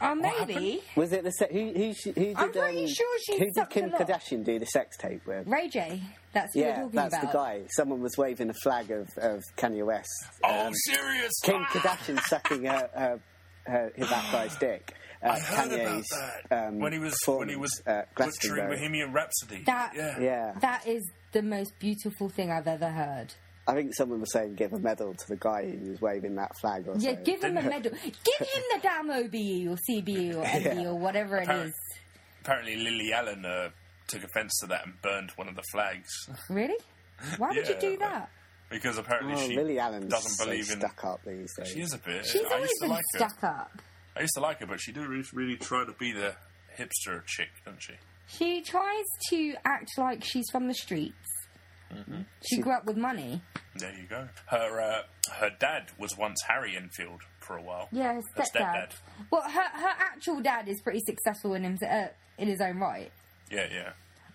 C: Or maybe
A: Was it the se- who who, sh- who did?
C: I'm pretty
A: um,
C: sure she
A: Who did
C: sucked
A: Kim
C: a lot.
A: Kardashian do the sex tape with?
C: Ray J. That's who
A: Yeah,
C: we're talking
A: that's
C: about.
A: the guy. Someone was waving a flag of, of Kanye West.
B: Oh,
A: Um,
B: serious!
A: Kim
B: Ah!
A: Kardashian sucking her, her, her, her that guy's dick. Uh,
B: I heard about
A: Kanye's
B: that
A: um,
B: when he was when he
A: performance
B: was
A: at
B: butchering
A: Glastonbury.
B: Bohemian Rhapsody.
C: That-
B: yeah.
A: Yeah,
C: That is the most beautiful thing I've ever heard.
A: I think someone was saying give a medal to the guy who was waving that flag. Or
C: Yeah,
A: something.
C: give him a medal. Give him the damn OBE or CBE or MBE or whatever it
B: Apparent-
C: is.
B: Apparently, Lily Allen uh, took offence to that and burned one of the flags
C: Really? Why would you
B: Yeah,
C: do
B: like-
C: that?
B: because apparently
A: Oh,
B: she
A: Lily Allen's
B: doesn't
A: so
B: believe in.
A: stuck up these days.
B: She is a bit.
C: She's
B: I
C: always
B: used to
C: been
B: like her.
C: stuck up.
B: I used to like her, but she didn't really, really try to be the hipster chick, doesn't she?
C: She tries to act like she's from the streets.
B: Mm-hmm.
C: She, grew up with money.
B: There you go. Her uh, her dad was once Harry Enfield for a while.
C: Yeah, her
B: Her
C: stepdad. Well, her her actual dad is pretty successful in his, uh, in his own right.
B: Yeah, yeah.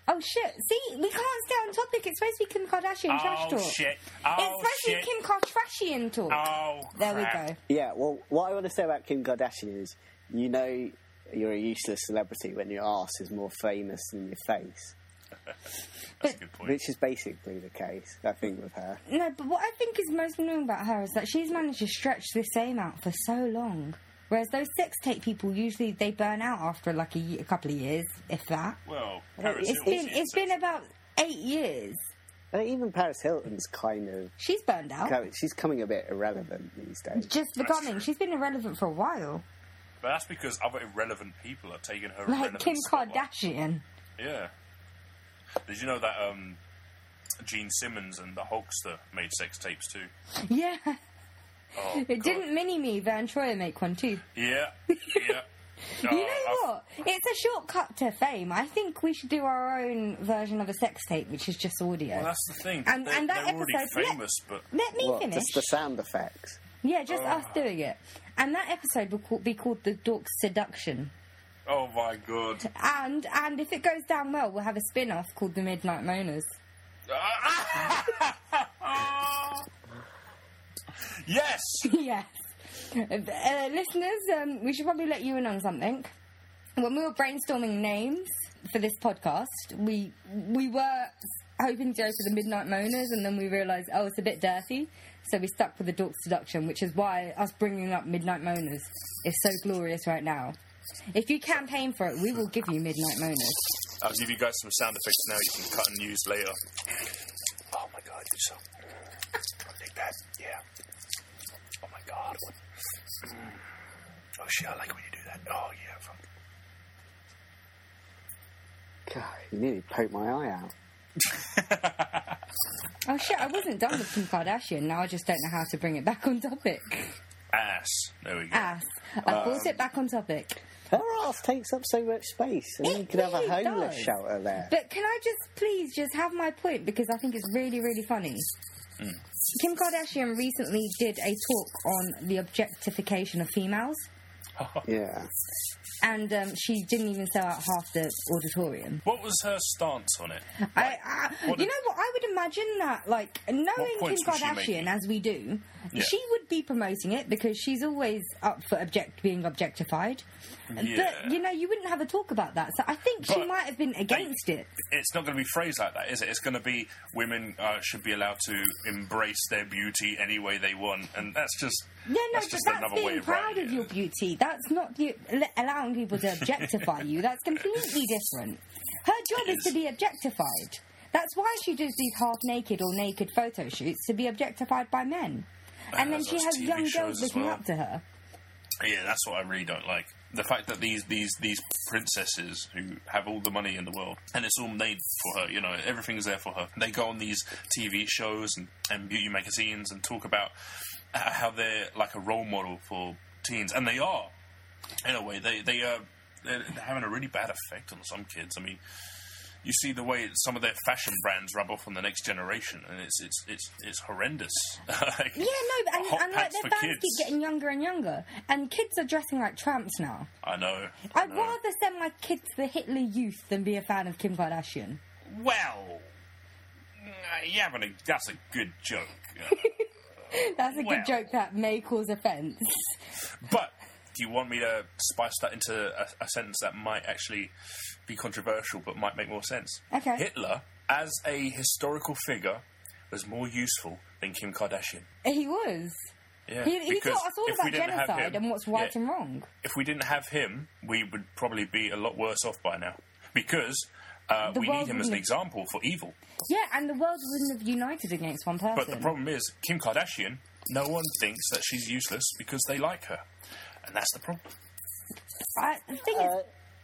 C: Oh shit! See, we can't stay on topic. It's supposed to be Kim Kardashian trash
B: oh
C: talk.
B: shit! Oh
C: it's supposed
B: shit!
C: to be Kim Kardashian talk.
B: oh,
C: there
B: crap.
C: we go.
A: Yeah, well, what I want to say about Kim Kardashian is you know you're a useless celebrity when your ass is more famous than your face,
B: That's a good point.
A: which is basically the case, I think, with her.
C: No, but what I think is most annoying about her is that she's managed to stretch this aim out for so long. Whereas those sex tape people usually they burn out after like a, ye- a couple of years, if that.
B: Well, Paris
C: It's
B: Hilton
C: been it's been about eight years.
A: And even Paris Hilton's kind of
C: She's burned out.
A: co- she's coming a bit irrelevant these days.
C: Just becoming. She's been irrelevant for a while.
B: But that's because other irrelevant people are taking her.
C: Like
B: irrelevant
C: Kim
B: spotlight.
C: Kardashian.
B: Yeah. Did you know that um, Gene Simmons and the Hulkster made sex tapes too?
C: Yeah.
B: Oh,
C: It
B: God.
C: didn't mini me Van Troyer make one too.
B: Yeah, Oh, yeah.
C: You know what? It's a shortcut to fame. I think we should do our own version of a sex tape, which is just audio.
B: Well, that's the thing.
C: And-
B: they're
C: and that
B: they're already
C: episode- let-
B: famous, but
C: Let me
A: What,
C: finish.
A: just the sound effects.
C: Yeah, just us
B: Ah.
C: doing it. And that episode will call, be called The Dork Seduction.
B: oh my god.
C: And and if it goes down well, we'll have a spin off called The Midnight Moaners.
B: yes.
C: yes. Uh, listeners, um, we should probably let you in on something. When we were brainstorming names for this podcast, we we were hoping to go for the Midnight Moaners, and then we realised, oh, it's a bit dirty. So we stuck with the Dork Seduction, which is why us bringing up Midnight Moaners is so glorious right now. If you campaign for it, we will give you Midnight Moaners.
B: I'll give you guys some sound effects now. You can cut and use later. Oh my god, you so. I think that. Yeah. Oh my god. Mm. Oh shit! I like when you do that. Oh yeah. fuck.
A: God, you nearly poked my eye out.
C: Oh shit, I wasn't done with Kim Kardashian. Now I just don't know how to bring it back on topic.
B: Ass. There we go.
C: Ass. I brought it back on topic.
A: Her ass takes up so much space, and
C: It
A: you could have a
C: really
A: homeless
C: does.
A: shelter there.
C: But can I just please just have my point because I think it's really, really funny.
B: Mm.
C: Kim Kardashian recently did a talk on the objectification of females,
A: yeah.
C: and um, she didn't even sell out half the auditorium.
B: What was her stance on it?
C: I, I,
B: What
C: you
B: did-
C: know what? I would imagine that, like, knowing Kim
B: points was she
C: Kardashian
B: making?
C: as we do,
B: Yeah.
C: she would be promoting it because she's always up for object being objectified.
B: Yeah.
C: But you know, you wouldn't have a talk about that. So I think she
B: But
C: might have been against it.
B: It's not going to be phrased like that, is it? It's going to be women uh, should be allowed to embrace their beauty any way they want, and that's just
C: Yeah, no,
B: that's
C: but
B: just
C: that's
B: another way
C: being
B: of
C: proud
B: writing
C: of
B: it.
C: your beauty. That's not you, l- allowing people to objectify you. That's completely different. Her job is.
B: is.
C: to be objectified. That's why she does these half naked or naked photo shoots to be objectified by men. And then
B: those
C: she has
B: TV
C: young
B: shows
C: girls
B: as
C: looking
B: well.
C: up to her.
B: Yeah, that's what I really don't like. The fact that these these these princesses who have all the money in the world and it's all made for her, you know, everything's there for her. They go on these TV shows and, and beauty magazines and talk about h- how they're like a role model for teens, and they are. In a way, they they are they're having a really bad effect on some kids. I mean, you see the way some of their fashion brands rub off on the next generation, and it's it's it's it's horrendous.
C: Yeah, no, but- and,
B: Hot
C: and like
B: pants
C: their
B: for
C: fans
B: kids.
C: keep getting younger and younger. And kids are dressing like tramps now.
B: I know.
C: I'd rather send my kids the Hitler Youth than be a fan of Kim Kardashian.
B: Well, uh, yeah, but a- that's a good joke. Uh,
C: That's a
B: Well.
C: good joke that may cause offence.
B: but Do you want me to spice that into a, a sentence that might actually be controversial but might make more sense?
C: Okay.
B: Hitler, as a historical figure, was more useful than Kim Kardashian.
C: He was.
B: Yeah,
C: He, he
B: because
C: taught us all
B: if we
C: about
B: didn't have
C: genocide
B: him-
C: and what's right
B: yeah,
C: and wrong.
B: If we didn't have him, we would probably be a lot worse off by now because uh,
C: The
B: we
C: world
B: need him as an
C: wouldn't-
B: example for evil.
C: Yeah, and the world wouldn't have united against one person.
B: But the problem is, Kim Kardashian, no one thinks that she's useless because they like her. And that's the problem.
C: I, the thing is,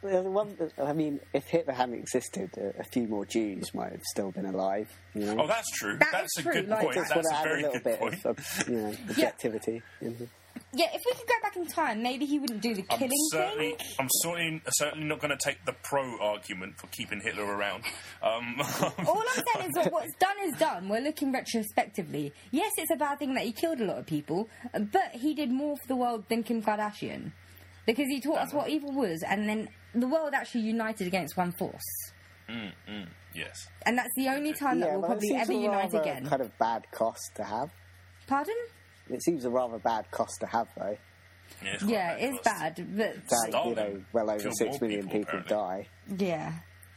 A: Uh, the one, that- I mean, if Hitler hadn't existed, a, a few more Jews might have still been alive. You know?
B: Oh, that's true.
C: That
B: that's
C: is
B: a
C: true,
B: good
C: like,
B: point.
A: Just
C: that's
A: want to
B: That's a
A: add a
B: very
A: little
B: good
A: bit
B: point.
A: of you know, objectivity. Mm-hmm.
C: yeah, if we could go back in time, maybe he wouldn't do the
B: I'm
C: killing
B: certainly,
C: thing.
B: I'm certainly, certainly not going to take the pro argument for keeping Hitler around. Um,
C: All I'm saying is that what's done is done. We're looking retrospectively. Yes, it's a bad thing that he killed a lot of people, but he did more for the world than Kim Kardashian. Because he taught us what evil was, and then the world actually united against one force.
B: Mm, yes.
C: And that's the only time that we'll
A: well, it
C: probably
A: seems
C: ever
A: a
C: unite
A: rather
C: again.
A: Kind of bad cost to have.
C: Pardon?
A: It seems a rather bad cost to have, though.
B: Yeah, it's, quite
C: Yeah, it's
B: cost.
C: bad, but
A: That you
B: Starving
A: know, well over
B: killed
A: six
B: more
A: million
B: people,
A: people,
B: apparently.
A: die.
C: yeah.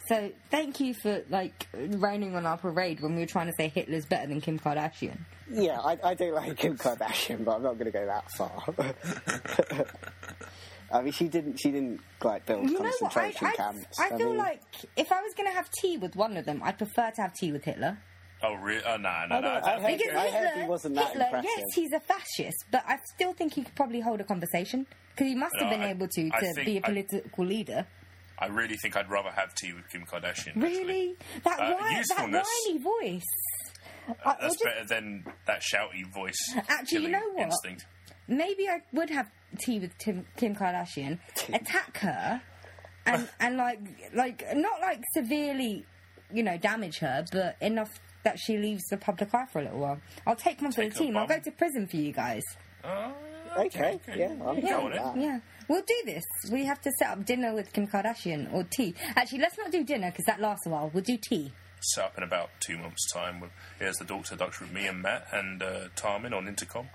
C: So thank you for like raining on our parade when we were trying to say Hitler's better than Kim Kardashian.
A: Yeah, I, I don't like Kim Kardashian, but I'm not going to go that far. I mean, she didn't. She didn't like build
C: You know what? I,
A: concentration
C: I,
A: camps.
C: I feel
A: mean,
C: like if I was going to have tea with one of them, I'd prefer to have tea with Hitler.
B: Oh, really? Oh, nah, nah,
A: I
B: nah.
A: don't-
B: that-
A: I hate-
C: Because
A: I
C: Hitler,
A: heard he wasn't that
C: Hitler
A: impressive.
C: yes, he's a fascist, but I still think he could probably hold a conversation because he must
B: No,
C: have been
B: I-
C: able to
B: I
C: to
B: think
C: be a
B: I-
C: political leader.
B: I really think I'd rather have tea with Kim Kardashian. actually.
C: Really, that
B: Uh,
C: whine, that
B: usefulness. Uh,
C: whiny voice. I- I
B: That's
C: just-
B: better than that shouty voice.
C: Actually, you
B: killing
C: know what?
B: Instinct.
C: maybe I would have tea with Tim, Kim Kardashian, attack her, and and like like not like severely, you know, damage her, but enough that she leaves the public eye for a little while. I'll take one for
B: Take
C: the
B: her
C: team. I'll
B: bum.
C: go to prison for you guys.
B: Oh,
A: Okay, yeah, I'm
B: Go
A: down
B: on
A: with
B: then.
A: that.
C: Yeah, we'll do this. We have to set up dinner with Kim Kardashian or tea. Actually, let's not do dinner because that lasts a while. We'll do tea.
B: set up in about two months' time. With, here's the Doctor Doctor with me and Matt and uh, Tarmin on intercom.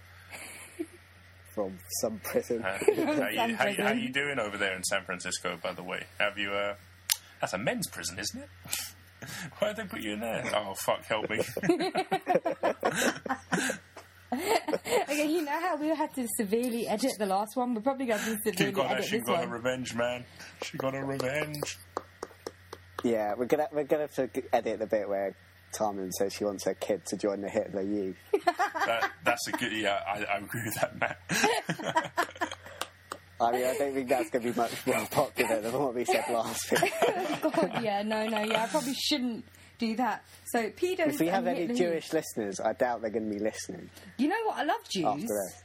A: from some prison.
B: Uh, how,
C: San
B: you, how, you, how
C: Prison.
B: you doing over there in San Francisco, by the way? Have you? Uh, that's a men's prison, isn't it? Why did they put you in there? Oh fuck! Help me.
C: Okay, you know how we had to severely edit the last one. We're probably going to
B: Kim
C: severely edit this
B: Kardashian got her
C: one.
B: revenge, man. She got her revenge.
A: Yeah, we're gonna we're gonna have to g- edit the bit where Tarmin says she wants her kid to join the Hitler Youth.
B: That, that's a good. Yeah, I, I agree with that, Matt.
A: I mean, I don't think that's gonna be much more popular than what we said last week.
C: God, yeah, no, no, yeah, I probably shouldn't do that. So pedos.
A: If we have
C: and
A: any
C: Hitler
A: Jewish listeners, I doubt they're going to be listening
C: You know what? I love Jews.
A: after this.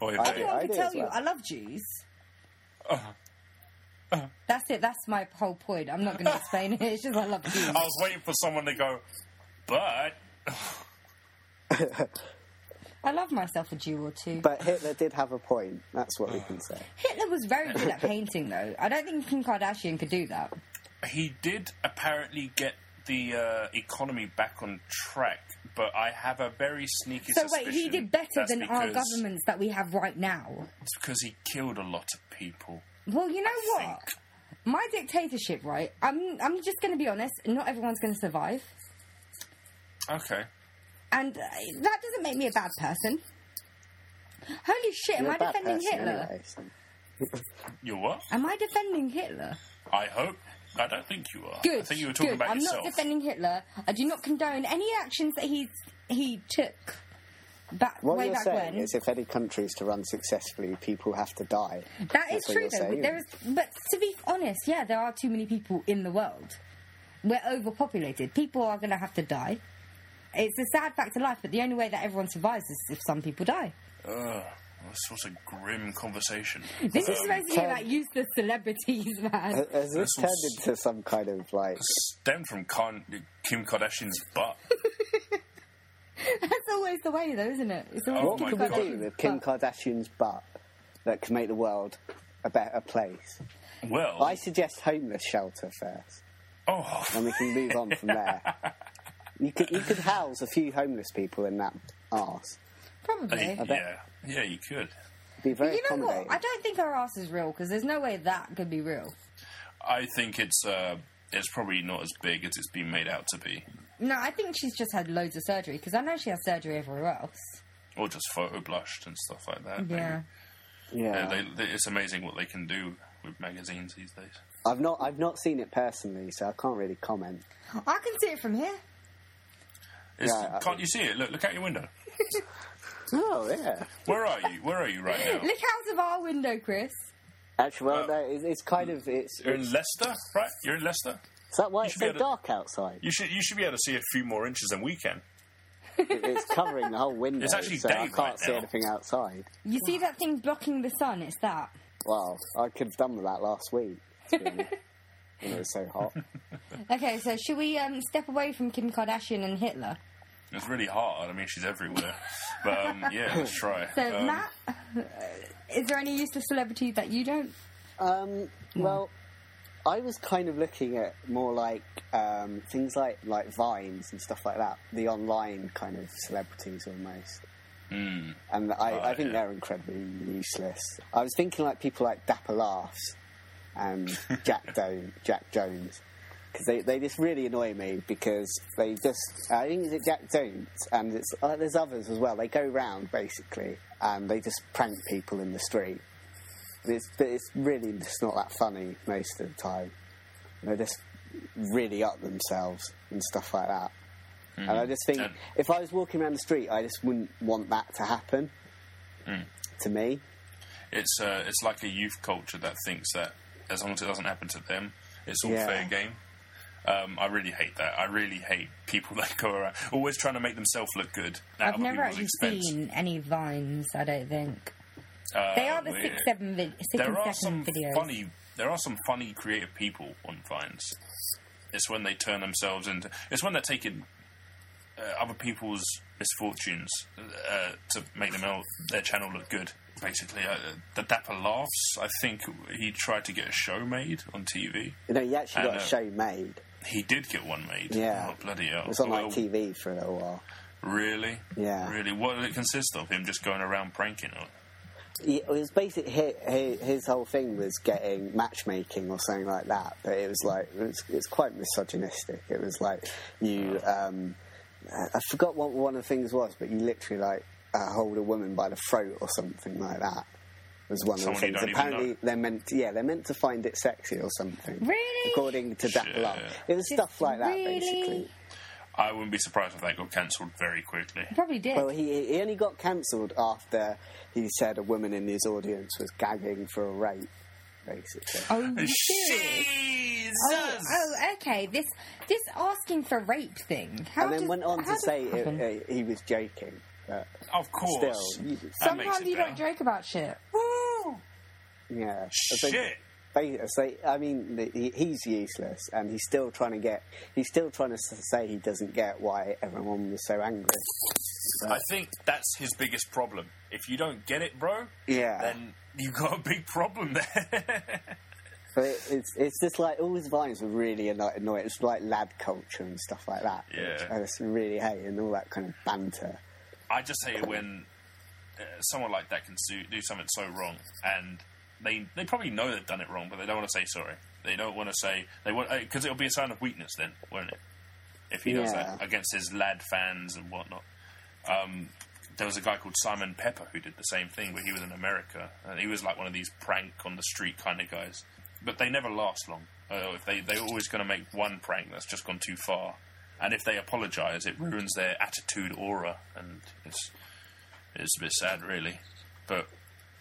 B: Oi,
A: I
B: mate.
A: do.
C: Everyone
A: I
C: can
A: as
C: tell you
A: well.
C: I love Jews.
B: Uh-huh.
C: That's it. That's my whole point. I'm not going to explain it. It's just I love Jews.
B: I was waiting for someone to go, but
C: I love myself a Jew or two.
A: But Hitler did have a point. That's what we can say.
C: Hitler was very good at painting, though. I don't think Kim Kardashian could do that.
B: he did apparently get the uh, economy back on track. But I have a very sneaky
C: So
B: suspicion.
C: wait, he did better
B: that's
C: than our
B: because-
C: governments that we have right now.
B: It's because he killed a lot of people.
C: Well, you know what? My dictatorship, right? I'm I'm just going to be honest. Not everyone's going to survive,
B: Okay.
C: and uh, that doesn't make me a bad person. Holy shit!
A: You're
C: am
A: a
C: I
A: bad
C: defending
A: person
C: Hitler?
A: anyway, so-
B: You what?
C: Am I defending Hitler?
B: I hope. I don't think you are.
C: Good.
B: I think you were talking
C: good.
B: about
C: I'm
B: yourself.
C: not defending Hitler. I do not condone any actions that he he took back
A: What
C: way
A: you're
C: back
A: saying
C: when.
A: is, if any country is to run successfully, people have to die.
C: That is
A: That's what
C: true,
A: you're
C: though.
A: saying.
C: There is, but to be honest, yeah, there are too many people in the world. We're overpopulated. People are going to have to die. It's a sad fact of life, but the only way that everyone survives is if some people die.
B: Ugh, this was a grim conversation.
C: This is
B: Um,
C: supposed to be
A: Ted-
C: about useless celebrities, man.
A: Has this
B: This
A: turned
B: was-
A: into some kind of like?
B: stemmed from Con- Kim Kardashian's butt.
C: That's always the way, though, isn't it? It's always
B: Oh
A: What
B: my
A: can we
B: God.
A: do with Kim Kardashian's butt that can make the world a better place?
B: Well,
A: I suggest homeless shelter first,
B: oh,
A: and we can move on from there. You could you could house a few homeless people in that arse.
C: Probably.
B: yeah, yeah, you could.
A: Be very
C: you know what?
A: accommodating.
C: I don't think our ass is real because there's no way that could be real.
B: I think it's uh, it's probably not as big as it's been made out to be,
C: No, I think she's just had loads of surgery because I know she has surgery everywhere else.
B: or just photo blushed and stuff like that. maybe.
C: Yeah.
A: yeah.
B: Yeah, they, they, it's amazing what they can do with magazines these days.
A: I've not I've not seen it personally, so I can't really comment.
C: I can see it from here.
B: It's,
A: Yeah, I-
B: can't you see it? Look, look out your window.
A: Oh yeah.
B: Where are you? Where are you right now?
C: Look out of our window, Chris.
A: Actually, well,
B: Uh,
A: no, it's, it's kind of it's.
B: You're
A: it's
B: in Leicester, right? You're in Leicester.
A: is that why it's
B: should be
A: so
B: able to-
A: dark outside?
B: You should you should be able to see a few more inches than we can.
A: It- it's covering the whole window,
B: It's actually
A: so I
B: daylight
A: can't see
B: now.
A: anything outside.
C: You see that thing blocking the sun? It's that.
A: Wow, I could have done with that last week. to be honest, when it was so hot.
C: Okay, so should we um, step away from Kim Kardashian and Hitler?
B: It's really hard. I mean, she's everywhere. But um, yeah, let's try.
C: So
B: um,
C: Matt, is there any useless celebrity that you don't?
A: Um, well, I was kind of looking at more like um, things like like vines and stuff like that, the online kind of celebrities almost. And I, I think they're incredibly useless. I was thinking like people like Dapper Laughs and Jack Do- Jack Jones. Because they, they just really annoy me because they just I think it's Jack Jones and it's uh, there's others as well. They go round basically and they just prank people in the street. And It's, but it's really just not that funny most of the time. They just really up themselves and stuff like that. And I just think
B: And-
A: if I was walking around the street, I just wouldn't want that to happen
B: Mm.
A: to me.
B: It's uh, it's like a youth culture that thinks that as long as it doesn't happen to them, it's all
A: Yeah.
B: fair game. Um, I really hate that. I really hate people that go around always trying to make themselves look good at
C: I've
B: other
C: never
B: people's
C: actually
B: expense.
C: seen any vines. I don't think
B: Uh,
C: they are the
B: we-
C: six, seven, vid- six
B: There
C: and
B: are some
C: seven videos.
B: funny. There are some funny, creative people on Vines. It's when they turn themselves into. It's when they're taking uh, other people's misfortunes uh, to make them out, their channel look good. Basically, uh, the Dapper laughs. I think he tried to get a show made on TV.
A: You know, you actually
B: I
A: got a
B: know.
A: show made.
B: He did get one made.
A: Yeah.
B: Oh, bloody hell!
A: It was on like
B: Well,
A: TV for a little while.
B: Really?
A: Yeah.
B: Really? What did it consist of? Him just going around pranking? Or,
A: He- It was basically his, his whole thing was getting matchmaking or something like that. But it was like it's it's quite misogynistic. It was like you, um, I I forgot what one of the things was, but you literally like uh, hold a woman by the throat or something like that. Was one of
B: Someone
A: the
B: you
A: things.
B: don't even
A: Apparently,
B: know.
A: they're meant. yeah, they're meant to find it sexy or something.
C: Really?
A: According to Dapper
B: Shit.
A: Love, it was stuff like that
C: Really?
A: basically.
B: I wouldn't be surprised if that got cancelled very quickly.
C: Probably did.
A: Well, he, he only got cancelled after he said a woman in his audience was gagging for a rape, basically.
C: oh, you serious?
B: Jesus!
C: Oh, oh, okay. This this asking for rape thing. How
A: and then
C: does-
A: went on
C: how
A: to
C: does
A: say
C: that happen?
A: it, uh, he was joking. But
B: Of course.
A: Still, you-
B: That makes
C: Sometimes
B: it
C: you don't
B: better.
C: joke about shit.
A: yeah,
B: Shit.
A: I think- I say- I mean, the- he, he's useless, and he's still trying to get. He's still trying to s- say he doesn't get why everyone was so angry.
B: I think that's his biggest problem. If you don't get it, bro,
A: Yeah.
B: then you got a big problem there.
A: But it, it's it's just like all his vines were really anno- annoying. It's like lad culture and stuff like that.
B: Yeah.
A: and it's really hate and all that kind of banter.
B: I just hate it when uh, someone like that can do, do something so wrong, and they they probably know they've done it wrong, but they don't want to say sorry. They don't want to say they want because it'll be a sign of weakness, then, won't it? If he does
A: Yeah.
B: that against his lad fans and whatnot. Um, there was a guy called Simon Pepper who did the same thing, but he was in America, and he was like one of these prank on the street kind of guys. But they never last long. Uh, if they they're always going to make one prank that's just gone too far, and if they apologise, it ruins their attitude, aura, and it's it's a bit sad, really. But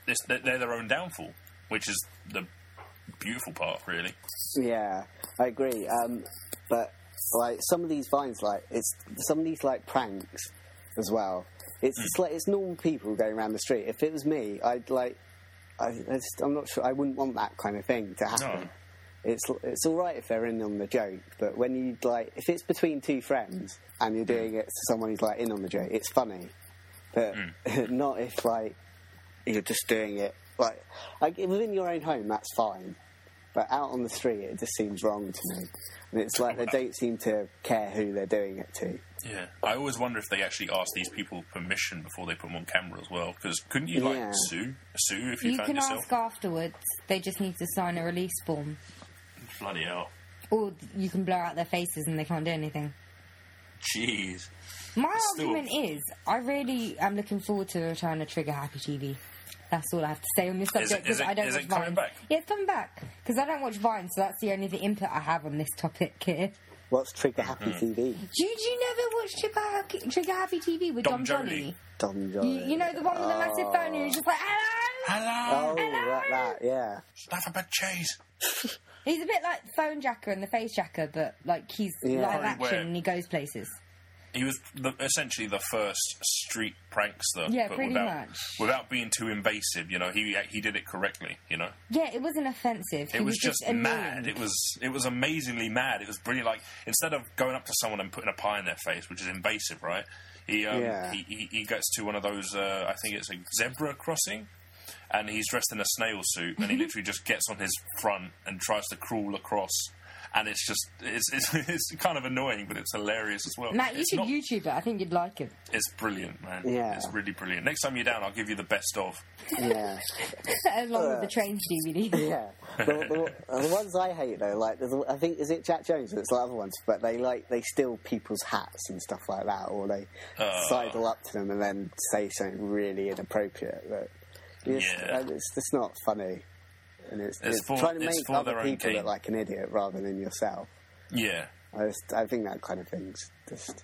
B: it's, they're they're their own downfall, which is the beautiful part, really.
A: Yeah, I agree. Um, but like some of these vines, like it's some of these like pranks as well. It's just like it's normal people going around the street. If it was me, I'd like. I, I just, I'm not sure. I wouldn't want that kind of thing to happen.
B: No.
A: It's it's all right if they're in on the joke, but when you like, if it's between two friends and you're doing it to someone who's like in on the joke, it's funny. But not if like you're just doing it like, like within your own home. That's fine. But out on the street, it just seems wrong to me. And it's like they don't seem to care who they're doing it to.
B: Yeah, I always wonder if they actually ask these people permission before they put them on camera as well. Because couldn't you like
A: Yeah.
B: sue sue if you,
C: You
B: found
C: can
B: yourself?
C: ask afterwards. They just need to sign a release form.
B: Bloody hell!
C: Or you can blur out their faces and they can't do anything.
B: Jeez.
C: My
B: Still-
C: argument is, I really am looking forward to the return of Trigger Happy TV. That's all I have to say on this
B: Is it-
C: subject
B: is
C: because
B: it-
C: I don't
B: is
C: watch
B: it coming
C: Vine.
B: back?
C: Yeah, it's coming back because I don't watch Vine, so that's the only the input I have on this topic here.
A: What's Trigger Happy
B: Mm-hmm.
A: TV?
C: Did you never watch Trigger Happy, Trigger Happy TV with Dom,
B: Dom
C: Johnny?
A: Don
C: You,
A: Johnny.
C: you know the one with the massive phone who's just like, hello.
B: Hello.
A: Oh, that, that, yeah.
B: Stuff about cheese.
C: He's a bit like Phone Jacker and the Face Jacker, but like he's
A: Yeah.
C: live
A: Very
C: action
B: weird.
C: and he goes places.
B: He was the, essentially the first street prankster,
C: Yeah,
B: but
C: pretty
B: without
C: much.
B: without being too invasive. You know, he he did it correctly. You know,
C: Yeah, it wasn't offensive.
B: it
C: he
B: was, just,
C: just, annoying.
B: mad. It was it was amazingly mad. It was brilliant. Like instead of going up to someone and putting a pie in their face, which is invasive, right? He um,
A: Yeah.
B: he, he he gets to one of those. Uh, I think it's a zebra crossing. And he's dressed in a snail suit,
C: Mm-hmm.
B: and he literally just gets on his front and tries to crawl across, and it's just it's it's, it's kind of annoying, but it's hilarious as well.
C: Matt, you
B: It's
C: should
B: not-
C: YouTube it. I think you'd like it.
B: It's brilliant, man.
A: Yeah.
B: It's really brilliant. Next time you're down, I'll give you the best of.
A: Yeah.
C: Along with the trains DVD.
A: Uh, Yeah, the, the, the ones I hate though, like there's, I think is it Jack Jones? It's like other ones, but they like they steal people's hats and stuff like that, or they
B: Oh.
A: sidle up to them and then say something really inappropriate. But it's,
B: Yeah.
A: and it's just not funny, and it's,
B: It's
A: it's,
B: for-
A: trying to
B: it's
A: make
B: for
A: other
B: their own
A: people
B: gain.
A: look like an idiot rather than yourself.
B: Yeah.
A: I just, I think that kind of thing's just.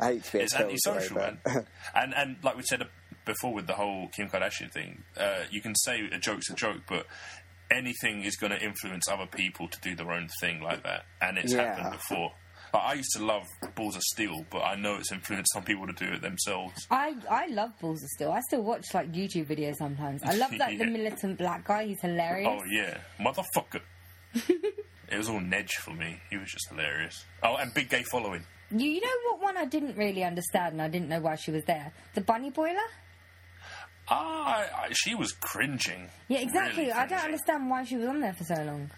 A: I hate to be
B: It's
A: a killjoy,
B: antisocial,
A: but
B: man. and and like we said before with the whole Kim Kardashian thing, uh, you can say a joke's a joke, but anything is going to influence other people to do their own thing like that, and it's
A: Yeah.
B: happened before. Like, I used to love Balls of Steel, but I know it's influenced some people to do it themselves.
C: I, I love Balls of Steel. I still watch like YouTube videos sometimes. I love like the
B: Yeah.
C: militant black guy. He's hilarious.
B: Oh yeah, motherfucker! it was all Nedge for me. He was just hilarious. Oh, and big gay following.
C: You, you know what one I didn't really understand and I didn't know why she was there? The bunny boiler?
B: Ah, I, I, she was cringing.
C: Yeah, exactly.
B: Really
C: I don't
B: cringing.
C: understand why she was on there for so long.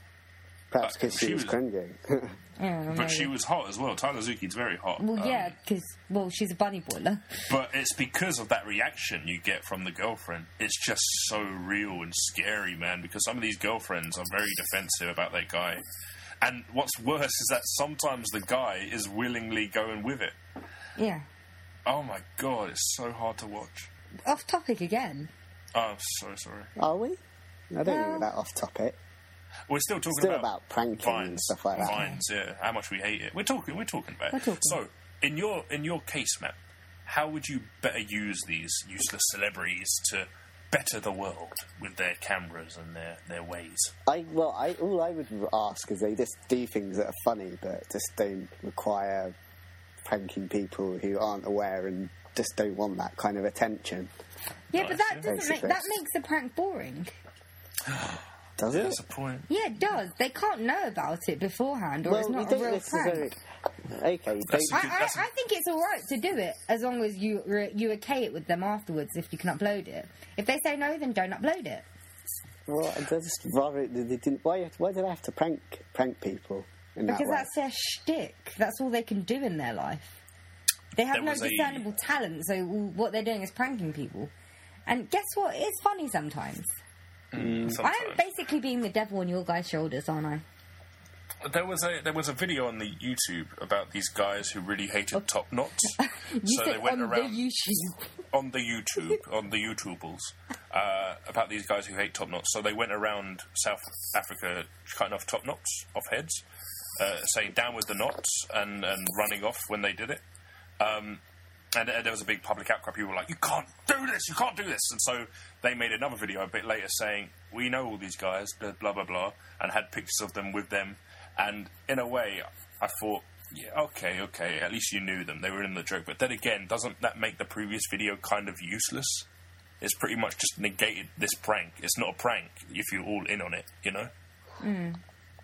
A: perhaps
B: Uh,
A: because she,
B: she
A: was
B: was-
A: cringing.
C: Yeah,
B: But she was hot as well. Tyler Zuki's very hot.
C: Well,
B: Um,
C: yeah, because, well, she's a bunny boiler.
B: But it's because of that reaction you get from the girlfriend. It's just so real and scary, man, because some of these girlfriends are very defensive about their guy. And what's worse is that sometimes the guy is willingly going with it.
C: Yeah.
B: Oh my god, it's so hard to watch.
C: Off topic again.
B: Oh, I'm so sorry.
A: Are we? I don't think
C: Well-
A: we're that off topic.
B: We're still talking
A: Still
B: about,
A: about pranking
B: vines,
A: and stuff like that.
B: Vines, yeah. How much we hate it. We're talking. We're talking about. it.
C: We're talking.
B: So, in your in your case, Matt, how would you better use these useless celebrities to better the world with their cameras and their their ways?
A: I well, I all I would ask is they just do things that are funny, but just don't require pranking people who aren't aware and just don't want that kind of attention.
C: Yeah, but
B: Nice,
C: that
B: yeah.
C: doesn't make,
A: Basically.
C: that makes the prank boring.
A: Does it?
B: That's a point.
C: Yeah, it does. They can't know about it beforehand, or it's
A: we
C: not a
A: don't
C: real
A: necessarily-
C: prank.
A: Okay,
B: That's
A: don't,
B: a good-
C: I,
B: that's a-
C: I, I think it's all right to do it as long as you re- you okay it with them afterwards if you can upload it. If they say no, then don't upload it.
A: well, I just rather they didn't. Why? Why did I have to prank prank people in that
C: Because
A: way?
C: that's their shtick. That's all they can do in their life. They have
B: There
C: no
B: was a-
C: discernible talent, so all- what they're doing is pranking people. And guess what? It's funny sometimes.
A: Mm.
C: I
B: Sometimes.
C: am basically being the devil on your guys' shoulders, aren't I?
B: There was a there was a video on the YouTube about these guys who really
A: Oh.
B: hated top knots.
C: You
B: so
C: said
B: they went
C: on
B: around
C: the YouTube.
B: on the YouTube, on the YouTubers, uh, about these guys who hate top knots. So they went around South Africa cutting off top knots off heads, uh, saying down with the knots and, and running off when they did it. Um, and uh, there was a big public outcry. People were like, "You can't do this! You can't do this!" And so they made another video a bit later saying, "We know all these guys, blah blah blah,", blah and had pictures of them with them. And in a way, I thought, "Yeah, okay, okay. At least you knew them. They were in the joke." But then again, doesn't that make the previous video kind of useless? It's pretty much just negated this prank. It's not a prank if you're all in on it, you know.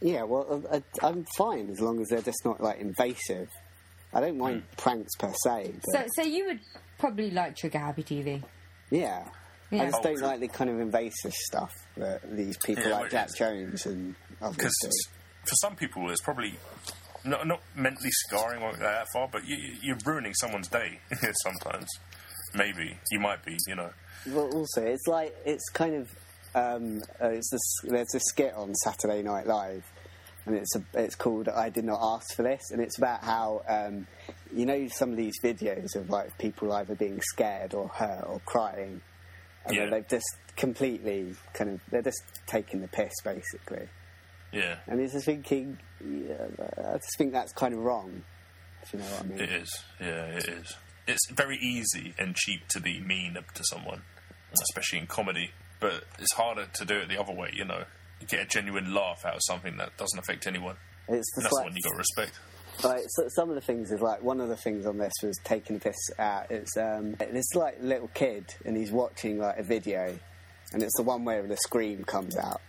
A: Yeah, well, I, I- I'm fine as long as they're just not like invasive. I don't mind
B: Hmm.
A: pranks per se. But...
C: So, so you would probably like Trigger Happy TV.
A: Yeah.
C: Yeah.
A: I just
B: Oh,
A: don't
B: true.
A: like the kind of invasive stuff that these people
B: Yeah,
A: like
B: which
A: Jack
B: is-
A: Jones and
B: because
A: Obviously.
B: for some people it's probably not, not mentally scarring or that far, but you, you- you're ruining someone's day sometimes. Maybe you might be, you know.
A: Well, also, it's like it's kind of um, uh, it's this, there's a skit on Saturday Night Live, and it's a, it's called "I Did Not Ask for This," and it's about how um, you know some of these videos of like people either being scared or hurt or crying, and then
B: Yeah.
A: they've just completely kind of they're just taking the piss basically,
B: Yeah,
A: and it's just thinking, yeah, I just think that's kind of wrong. If you know what I mean?
B: it is. Yeah, it is. It's very easy and cheap to be mean to someone, especially in comedy. But it's harder to do it the other way, you know. You get a genuine laugh out of something that doesn't affect anyone.
A: It's
B: And
A: just
B: that's the
A: like-
B: one you got to respect.
A: Like so, some of the things is like one of the things on this was taking the piss out. It's um, this like little kid and he's watching like a video, and it's the one where the scream comes out.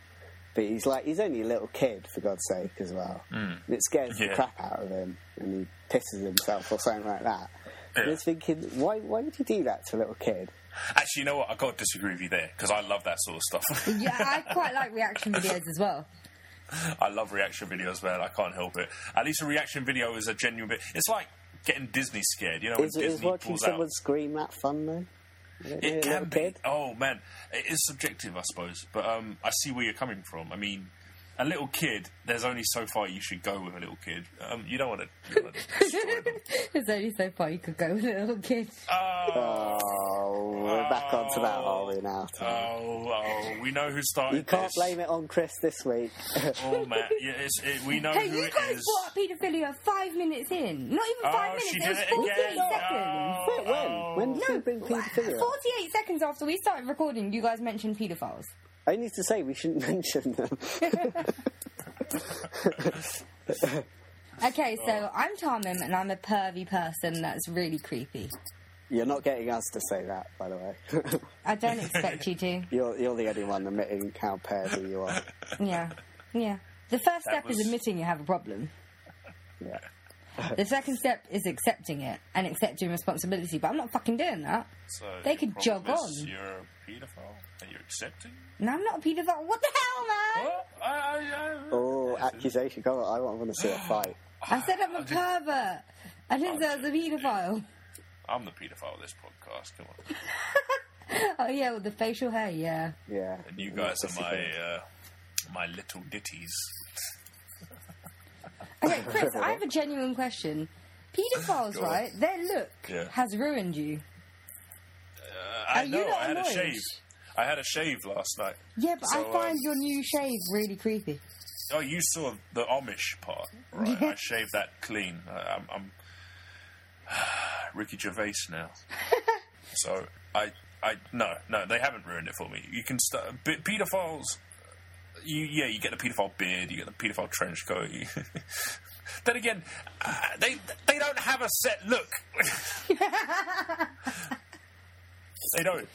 A: But he's like he's only a little kid for God's sake as well. And it scares
B: Hmm. Yeah.
A: the crap out of him, and he pisses himself or something like that. And it's thinking, why why would you do that to a little kid?
B: Actually, you know what? I got to disagree with you there because I love that sort of stuff.
C: Yeah, I quite like reaction videos as well.
B: I love reaction videos, man. I can't help it. At least a reaction video is a genuine bit. It's like getting Disney scared, you know, when
A: Is, is
B: Disney
A: watching
B: pulls
A: someone
B: out.
A: scream that fun though? I don't know, a
B: It
A: little
B: can be.
A: kid?
B: Oh man, it is subjective, I suppose. But um, I see where you're coming from. I mean, a little kid. There's only so far you should go with a little kid. Um, you don't want to. destroy them.
C: There's only so far you could go with a little kid.
A: Oh, we're back onto that, are we now?
B: Ah, Oh, oh, we know who started.
A: You can't
B: this.
A: blame it on Chris this week.
B: Oh man, yeah, it's, it, we know
C: Hey,
B: who
C: you
B: it
C: guys
B: is.
C: brought up paedophilia five minutes in. Not even five
B: Oh,
C: minutes,
B: she
C: it was
B: did it
C: 48
B: again.
C: seconds.
B: Oh,
A: Wait, when?
B: oh.
A: When did
C: No,
A: we bring paedophilia?
C: 48 seconds after we started recording, you guys mentioned paedophiles.
A: I need to say we shouldn't mention them.
C: Okay, so I'm Tarmim and I'm a pervy person that's really creepy.
A: you're not getting us to say that, by the way.
C: I don't expect you to.
A: you're, you're the only one admitting how pervy you are.
C: Yeah. Yeah. The first step
B: was-
C: is admitting you have a problem.
A: Yeah.
C: The second step is accepting it and accepting responsibility, but I'm not fucking doing that.
B: So
C: They
B: your
C: could
B: problem
C: jog
B: is
C: on.
B: You're a paedophile. and you're accepting.
C: No, I'm not a paedophile. What the hell, man?
B: Well, I, I, I,
A: Oh, accusation. Come on, I want to see a fight.
C: I said I'm a pervert. I
B: Oh,
C: didn't say I was a paedophile.
B: I'm the paedophile of this podcast. Come on.
C: Oh, yeah, with the facial hair, yeah.
A: Yeah.
B: And you guys are my
A: Disagree.
B: uh, my little ditties.
C: Okay, Chris, I have a genuine question. Paedophiles,
B: Go on.
C: right? Their look
B: Yeah.
C: has ruined you.
B: I
C: Are you
B: know.
C: not
B: I had a
C: annoyed?
B: shave. I had a shave last night.
C: Yeah, but
B: So,
C: I
B: um,
C: find your new shave really creepy.
B: Oh, you saw the Amish part, right? I shaved that clean. I, I'm, I'm Ricky Gervais now. so I, I no, no, they haven't ruined it for me. You can start. P- pedophiles. You yeah, you get the pedophile beard. You get the pedophile trench coat. You, then again, uh, they they don't have a set look. they don't.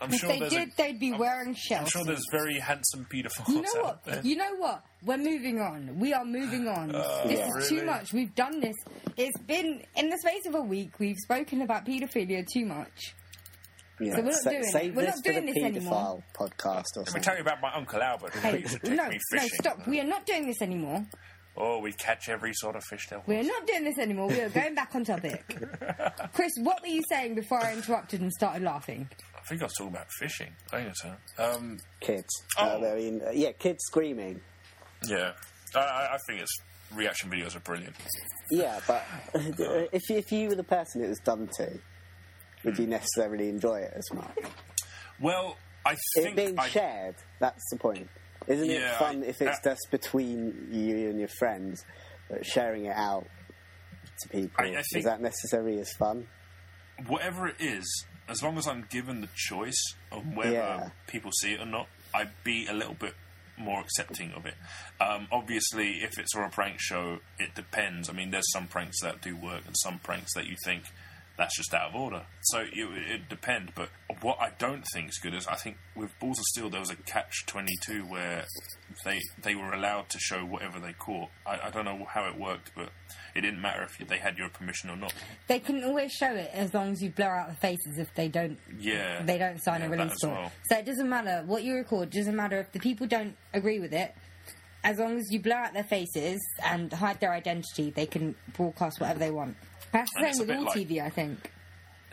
B: I'm
C: If
B: sure
C: they
B: there's. a-
C: did, they'd be wearing
B: I'm
C: shells.
B: sure there's very handsome pedophiles
C: You know
B: out there.
C: what? You know what? We're moving on. We are moving on. this
B: Yeah.
C: is
B: uh, really?
C: too much. We've done this. It's been in the space of a week. We've spoken about paedophilia too much.
A: Yeah.
C: So we're not
A: Sa-
C: doing it.
A: save
C: We're
A: this
C: not
A: for
C: doing
A: the
C: this
A: paedophile
C: anymore.
A: podcast or
B: Let me tell
A: something.
B: you about my uncle Albert. Who
C: Hey,
B: used to take
C: no,
B: me
C: no,
B: fishing.
C: stop. We are not doing this anymore.
B: Oh, we catch every sort of fish there was.
C: We're not doing this anymore. We are going back on topic. Chris, what were you saying before I interrupted and started laughing?
B: I think I was talking about fishing. I think so. Um,
A: Kids.
B: Oh.
A: Uh, I mean, uh, yeah, kids screaming.
B: yeah, I, I, I think it's reaction videos are brilliant.
A: Yeah, but if, if you were the person it was done to, would you necessarily enjoy it as much?
B: Well, I
A: it
B: think
A: being
B: I,
A: shared, that's the point. Isn't
B: Yeah,
A: it fun
B: I-
A: if it's
B: that-
A: just between you and your friends, but sharing it out to people?
B: I- I
A: is
B: think-
A: that necessarily as fun?
B: whatever it is, as long as I'm given the choice on whether
A: Yeah.
B: people see it or not, I'd be a little bit more accepting of it. Um, obviously, if it's on a prank show, it depends. I mean, there's some pranks that do work and some pranks that you think that's just out of order. So it, it depends. But what I don't think is good is I think with Balls of Steel there was a catch twenty two where they they were allowed to show whatever they caught. I, I don't know how it worked, but it didn't matter if they had your permission or not.
C: They can always show it as long as you blur out the faces if they don't
B: Yeah,
C: they don't sign
B: Yeah,
C: a
B: that
C: release
B: as
C: form.
B: well.
C: So it doesn't matter what you record, it doesn't matter if the people don't agree with it. as long as you blur out their faces and hide their identity, they can broadcast whatever they want. That's
B: And
C: the
B: it's a
C: same with
B: bit
C: all
B: like-
C: TV, I think.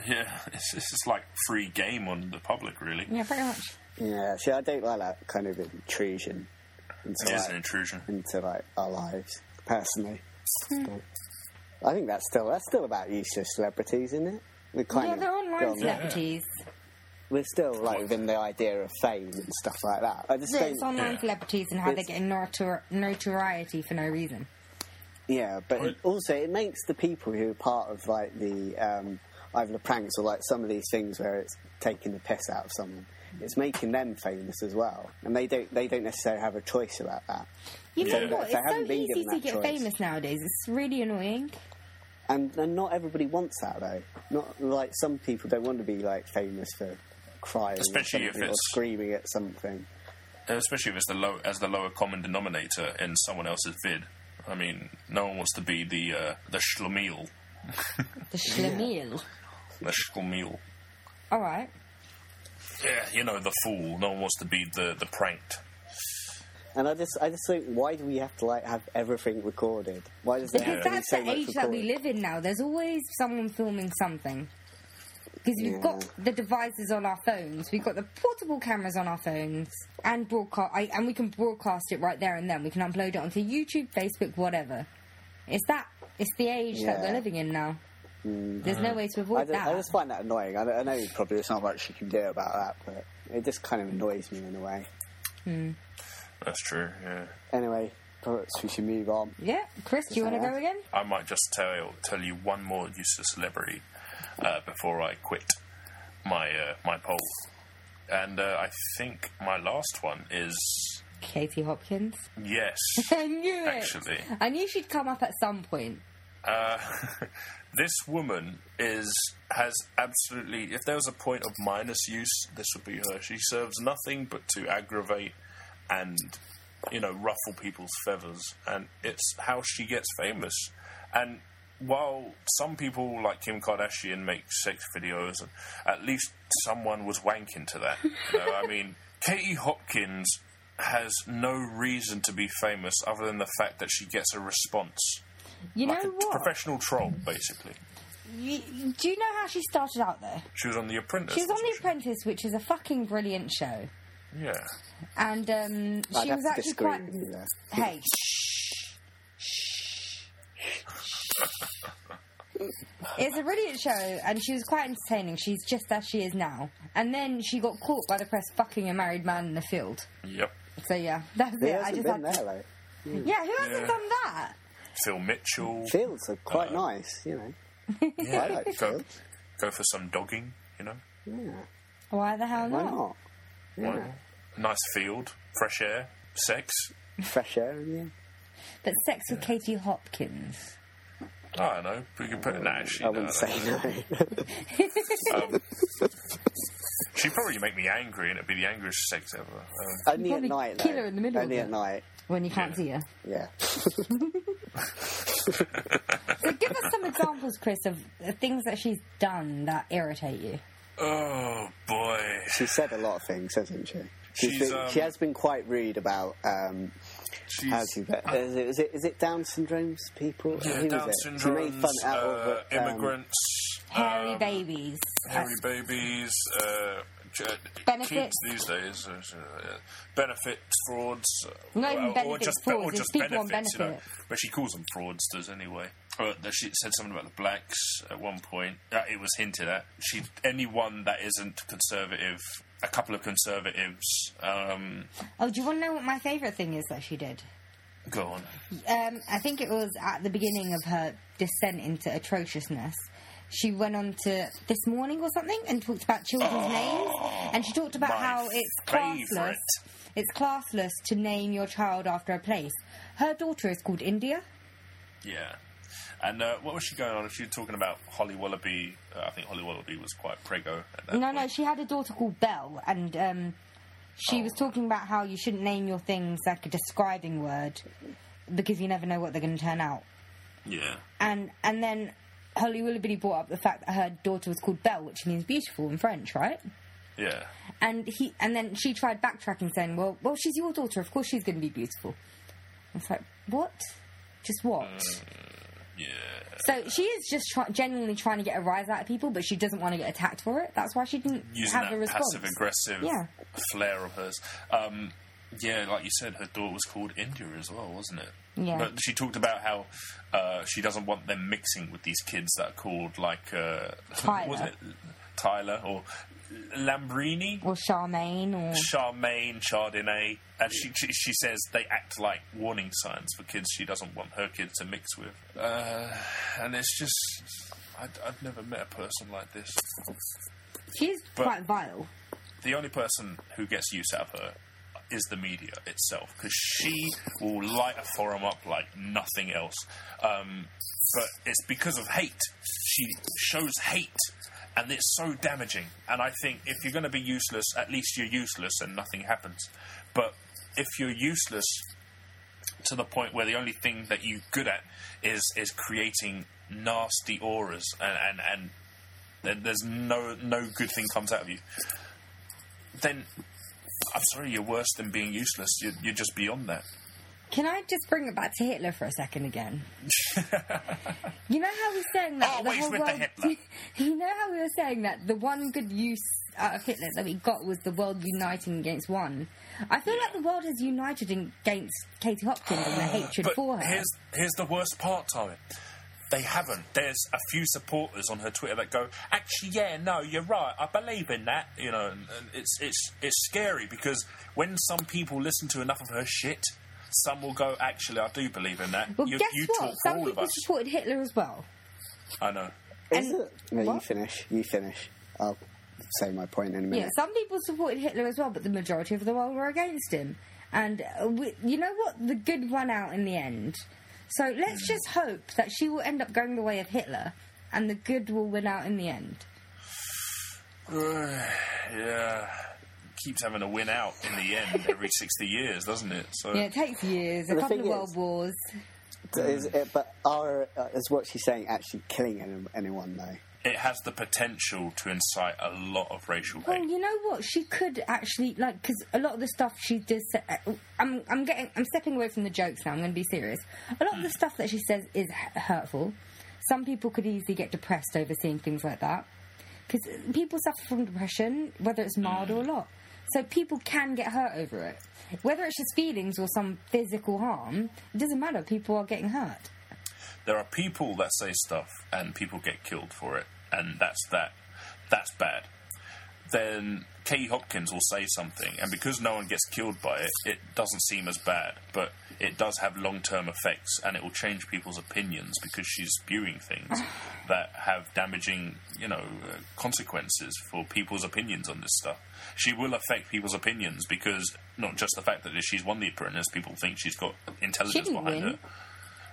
B: Yeah, it's, it's just like free game on the public, really.
C: Yeah, pretty much.
A: Yeah, see, I don't like that kind of intrusion into,
B: It is
A: like,
B: an intrusion.
A: into like our lives personally.
C: Hmm.
A: So, I think that's still that's still about useless celebrities, isn't it? We kind
C: Yeah,
A: of
C: they're
A: go
C: online
A: on-
C: celebrities.
A: We're still like within the idea of fame and stuff like that. I just
C: So
A: don't.
C: it's online
B: Yeah.
C: celebrities and how they're
A: It's-
C: getting notor- notoriety for no reason.
A: Yeah, but it, also it makes the people who are part of like the um, either the pranks or like some of these things where it's taking the piss out of someone. It's making them famous as well, and they don't they don't necessarily have a choice about that.
C: You
B: Yeah.
C: know what?
A: If they
C: It's
A: haven't
C: so
A: been
C: easy
A: given
C: to
A: that
C: get
A: choice.
C: famous nowadays. It's really annoying.
A: And and not everybody wants that though. Not like some people don't want to be like famous for crying
B: Especially
A: or,
B: if
A: something, or
B: it's-
A: screaming at something.
B: especially if it's the low as the lower common denominator in someone else's vid. I mean, no one wants to be the uh, the schlemiel,
C: The schlemiel.
B: the schlemiel.
C: All right.
B: Yeah, you know the fool. No one wants to be the the pranked.
A: And I just I just think why do we have to like have everything recorded? Why does there
C: Because
A: have to be
C: that's
A: so
C: the
A: much
C: age that we
A: recorded?
C: live in now. There's always someone filming something. Because we've
A: Yeah.
C: got the devices on our phones, we've got the portable cameras on our phones, and broadcast, I, and we can broadcast it right there and then. We can upload it onto YouTube, Facebook, whatever. It's that. It's the age that
A: Yeah. Mm-hmm.
C: we're living in now. There's no way to
A: I
C: avoid
A: just,
C: that.
A: I just find that annoying. I, I know probably there's not much you can do about that, but it just kind of annoys me in a way.
B: That's true. Yeah,
A: Anyway, perhaps we should move on.
C: yeah, Chris, do you want to go again?
B: I might just tell tell you one more useless celebrity uh, before I quit my uh, my poll. And uh, I think my last one is
C: Katie Hopkins.
B: yes.
C: I knew it.
B: Actually.
C: I knew she'd come up at some point.
B: Uh, this woman is has absolutely. If there was a point of minus use, this would be her. She serves nothing but to aggravate and you know ruffle people's feathers, and it's how she gets famous. And while some people like Kim Kardashian make sex videos, and at least someone was wanking to that. You know, I mean, Katie Hopkins has no reason to be famous other than the fact that she gets a response
C: You
B: like
C: know
B: a
C: what?
B: professional troll, basically.
C: You, do you know how she started out though?
B: She was on The Apprentice.
C: She was on
B: wasn't
C: The Apprentice, which is a fucking brilliant show.
B: Yeah.
C: And um,
A: I'd
C: she
A: have
C: was
A: to
C: actually
A: disagree
C: quite.
A: with you there.
C: Hey, shh. Shh. It's a brilliant show, and she was quite entertaining. She's just as she is now. And then she got caught by the press fucking a married man in the field.
B: Yep.
C: So yeah, that's
A: He
C: it. I
A: hasn't
C: just
A: been
C: had
A: there though.
C: Yeah, who hasn't
B: Yeah.
C: done that?
B: Phil Mitchell.
A: Fields are quite nice, you know.
B: Yeah.
A: I like
B: go,
A: Phil.
B: go for some dogging, you know.
C: Why the hell
A: Why
C: not?
A: not?
B: Why- Nice field, fresh air, sex.
A: Fresh air in you.
C: But sex with Katie Hopkins.
B: I don't know. We could put an ash.
A: I wouldn't say no.
B: She'd probably make me angry, and it'd be the angriest sex ever. Uh,
A: Only at
C: probably
A: night.
C: kill
A: though.
C: her in the middle
A: Only
C: of
A: at
C: it.
A: night.
C: When you can't see her.
A: Yeah.
C: So give us some examples, Chris, of the things that she's done that irritate you.
B: oh boy.
A: She said a lot of things, hasn't she? She's
B: She's,
A: been,
B: um,
A: she has been quite rude about um,
B: She's,
A: How's he that? Is it, is it, is it Down syndrome's people?
B: yeah,
A: Who
B: Down
A: is it? She made
B: syndrome,
A: fun out of
B: uh,
A: um,
B: immigrants,
C: Hairy
B: um,
C: babies.
B: Hairy
C: That's-
B: babies, uh, j-
C: Benefits.
B: kids these days, uh, uh, benefits, frauds, uh,
C: Not even
B: well,
C: benefits, frauds, it's people on
B: you know.
C: benefit.
B: But she calls them fraudsters anyway. Uh, that she said something about the blacks at one point. Uh, it was hinted at. She anyone that isn't conservative, a couple of conservatives. Um,
C: Oh, do you want to know what my favourite thing is that she did?
B: go on.
C: Um, I think it was at the beginning of her descent into atrociousness. She went on to this morning or something and talked about children's names, and she talked about
B: my
C: how it's
B: favourite.
C: classless. It's classless to name your child after a place. Her daughter is called India.
B: Yeah. And uh, what was she going on? She was talking about Holly Willoughby. Uh, I think Holly Willoughby was quite prego at that
C: No,
B: point.
C: no, she had a daughter called Belle, and um, she was talking about how you shouldn't name your things like a describing word because you never know what they're going to turn out.
B: Yeah.
C: And and then Holly Willoughby brought up the fact that her daughter was called Belle, which means beautiful in French, right?
B: Yeah.
C: And he and then she tried backtracking, saying, "Well, well, she's your daughter. Of course, she's going to be beautiful." It's like, what? Just what?
B: Uh,
C: So she is just try- genuinely trying to get a rise out of people, but she doesn't want to get attacked for it. That's why she didn't
B: using
C: have a
B: that
C: response.
B: passive aggressive
C: Yeah.
B: flair of hers. Um, yeah, like you said, her daughter was called India as well, wasn't it?
C: Yeah.
B: But she talked about how uh, she doesn't want them mixing with these kids that are called like uh,
C: Tyler.
B: was it Tyler or Lambrini,
C: Or Charmaine, or
B: Charmaine, Chardonnay, and she, she she says they act like warning signs for kids she doesn't want her kids to mix with. Uh, and it's just. I, I've never met a person like this.
C: she's
B: But-
C: quite vile.
B: the only person who gets use out of her is the media itself because she will light a forum up like nothing else. Um, but it's because of hate. She shows hate, and it's so damaging. And I think if you're going to be useless, at least you're useless and nothing happens. But if you're useless to the point where the only thing that you're good at is is creating nasty auras and and, and there- there's no no good thing comes out of you then I'm sorry, you're worse than being useless. You're, you're just beyond that.
C: Can I just bring it back to Hitler for a second again? you know how we were saying that
B: Always with the Hitler.
C: you know how we were saying that the one good use out of Hitler that we got was the world uniting against one. I feel like the world has united in- against Katie Hopkins and the hatred
B: But
C: for her.
B: here's here's the worst part, Tommy. They haven't. There's a few supporters on her Twitter that go, actually, yeah, no, you're right. I believe in that. You know, and, and it's it's it's scary because when some people listen to enough of her shit, some will go, actually, I do believe in that.
C: well,
B: you
C: guess
B: you
C: what?
B: talk for
C: Some
B: all of
C: people
B: us.
C: supported Hitler as well.
B: I know.
A: Is
C: And-
A: it? No, you
C: what?
A: finish. You finish. I'll say my point in a
C: Yeah,
A: minute.
C: some people supported Hitler as well, but the majority of the world were against him. And uh, we, you know what? The good won out in the end. So let's just hope that she will end up going the way of Hitler, and the good will win out in the end.
B: yeah. Keeps having to win out in the end every 60 years, doesn't it? So
C: Yeah, it takes years, a
A: The
C: couple
A: thing
C: of world
A: is-
C: wars.
A: Is it, but are, uh, is what she's saying actually killing any- anyone, though?
B: it has the potential to incite a lot of racial
C: Well,
B: hate.
C: Oh, you know what? She could actually like because a lot of the stuff she does. say- uh, I'm, I'm getting, I'm stepping away from the jokes now. I'm going to be serious. A lot of
B: Hmm.
C: the stuff that she says is h- hurtful. Some people could easily get depressed over seeing things like that because people suffer from depression, whether it's mild
B: Hmm.
C: or not. So people can get hurt over it, whether it's just feelings or some physical harm. It doesn't matter. People are getting hurt.
B: There are people that say stuff and people get killed for it, and that's that. That's bad. Then Katie Hopkins will say something, and because no one gets killed by it, it doesn't seem as bad, but it does have long term effects and it will change people's opinions because she's spewing things that have damaging, you know, uh, consequences for people's opinions on this stuff. She will affect people's opinions because not just the fact that she's won the apprentice, people think she's got intelligence
C: didn't
B: behind
C: win.
B: her.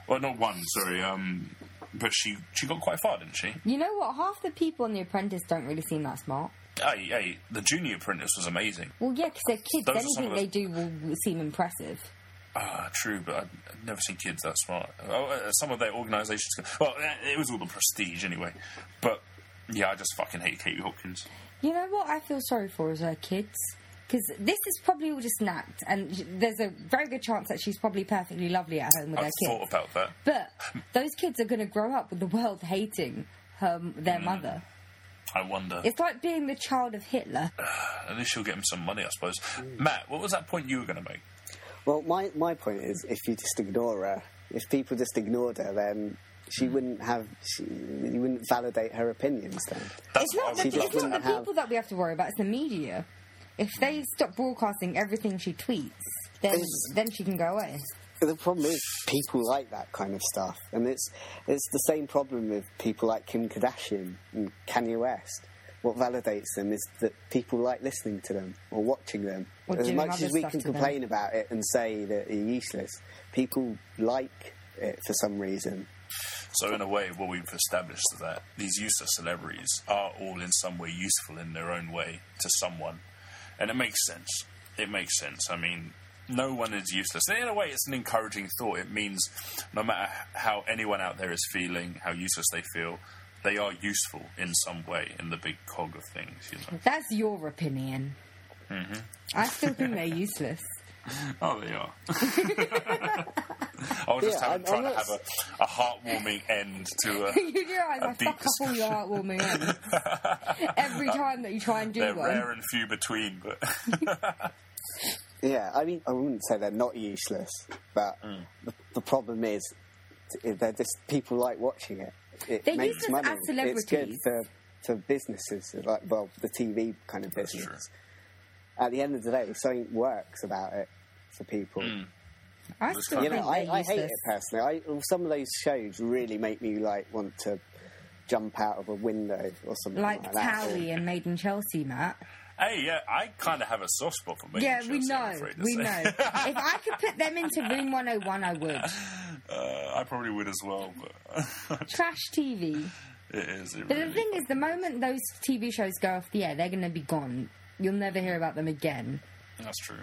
B: Well, not one, sorry. Um, but she she got quite far, didn't she?
C: You know what? Half the people in The Apprentice don't really seem that smart.
B: Hey, hey, the junior apprentice was amazing.
C: Well, yeah, because they're kids.
B: Those are some
C: Anything
B: of
C: they
B: the-
C: do will will seem impressive.
B: Ah, true, but I'd- I've never seen kids that smart. Oh, uh, some of their organisations. Well, eh, it was all the prestige anyway. But yeah, I just fucking hate Katie Hopkins.
C: You know what I feel sorry for is her kids. Because this is probably all just an act, and sh- there's a very good chance that she's probably perfectly lovely at home with
B: I
C: her kids.
B: thought about that.
C: But those kids are going to grow up with the world hating her, their
A: Mm.
C: mother.
B: I wonder.
C: It's like being the child of Hitler.
B: At least she'll get him some money, I suppose. Matt, what was that point you were going to make?
A: Well, my, my point is if you just ignore her, if people just ignored her, then she wouldn't have, she, you wouldn't validate her opinions then.
B: That's
C: It's not,
B: what I would
C: the,
A: She
C: it's
B: love to
A: doesn't
C: not
B: have.
C: the
A: have-
C: people that we have to worry about, it's the media. If they stop broadcasting everything she tweets, then,
A: It's-
C: then she can go away.
A: But the problem is people like that kind of stuff, and it's it's the same problem with people like Kim Kardashian and Kanye West. What validates them is that people like listening to them or watching them.
C: Or
A: as
C: doing
A: much
C: other
A: as we
C: stuff
A: can
C: to them.
A: complain about it and say that you're useless, people like it for some reason.
B: So, in a way, what we've established is that these useless celebrities are all in some way useful in their own way to someone. And it makes sense. It makes sense. I mean, no one is useless. And in a way, it's an encouraging thought. It means no matter how anyone out there is feeling, how useless they feel, they are useful in some way in the big cog of things, you know.
C: That's your opinion.
A: Mm-hmm.
C: I still think they're useless.
B: Oh, they are. I was just
A: Yeah,
B: having,
A: I'm- I'm
B: trying to
A: not
B: have a, a heartwarming end to a,
C: you realise
B: a
C: I
B: deep
C: fuck up all your heartwarming ends every time that you try and do
B: They're
C: one.
B: rare and few between, but
A: Yeah, I mean, I wouldn't say they're not useless, but the, the problem is t- they're just people like watching it. It
C: They're
A: makes
C: useless
A: money.
C: as
A: It's good
C: celebrities.
A: for, for businesses, like well, the TV kind of
B: That's
A: business. At the end of the day, something works about it for people.
C: I still
B: fun.
A: You
C: think
A: know, I,
C: they're
A: I hate it
C: useless.
A: personally. I, some of those shows really make me like want to jump out of a window or something like,
C: Like
A: that. or-
C: Towie and Maiden Chelsea, Matt.
B: hey, yeah, I kind of have a soft spot for me.
C: Yeah, we know. We know. if I could put them into Room 101, I would.
B: Uh, I probably would as well, but
C: Trash TV.
B: it is. It
C: But
B: really
C: the thing is, the moment those TV shows go off the air, they're going to be gone. You'll never hear about them again.
B: that's true.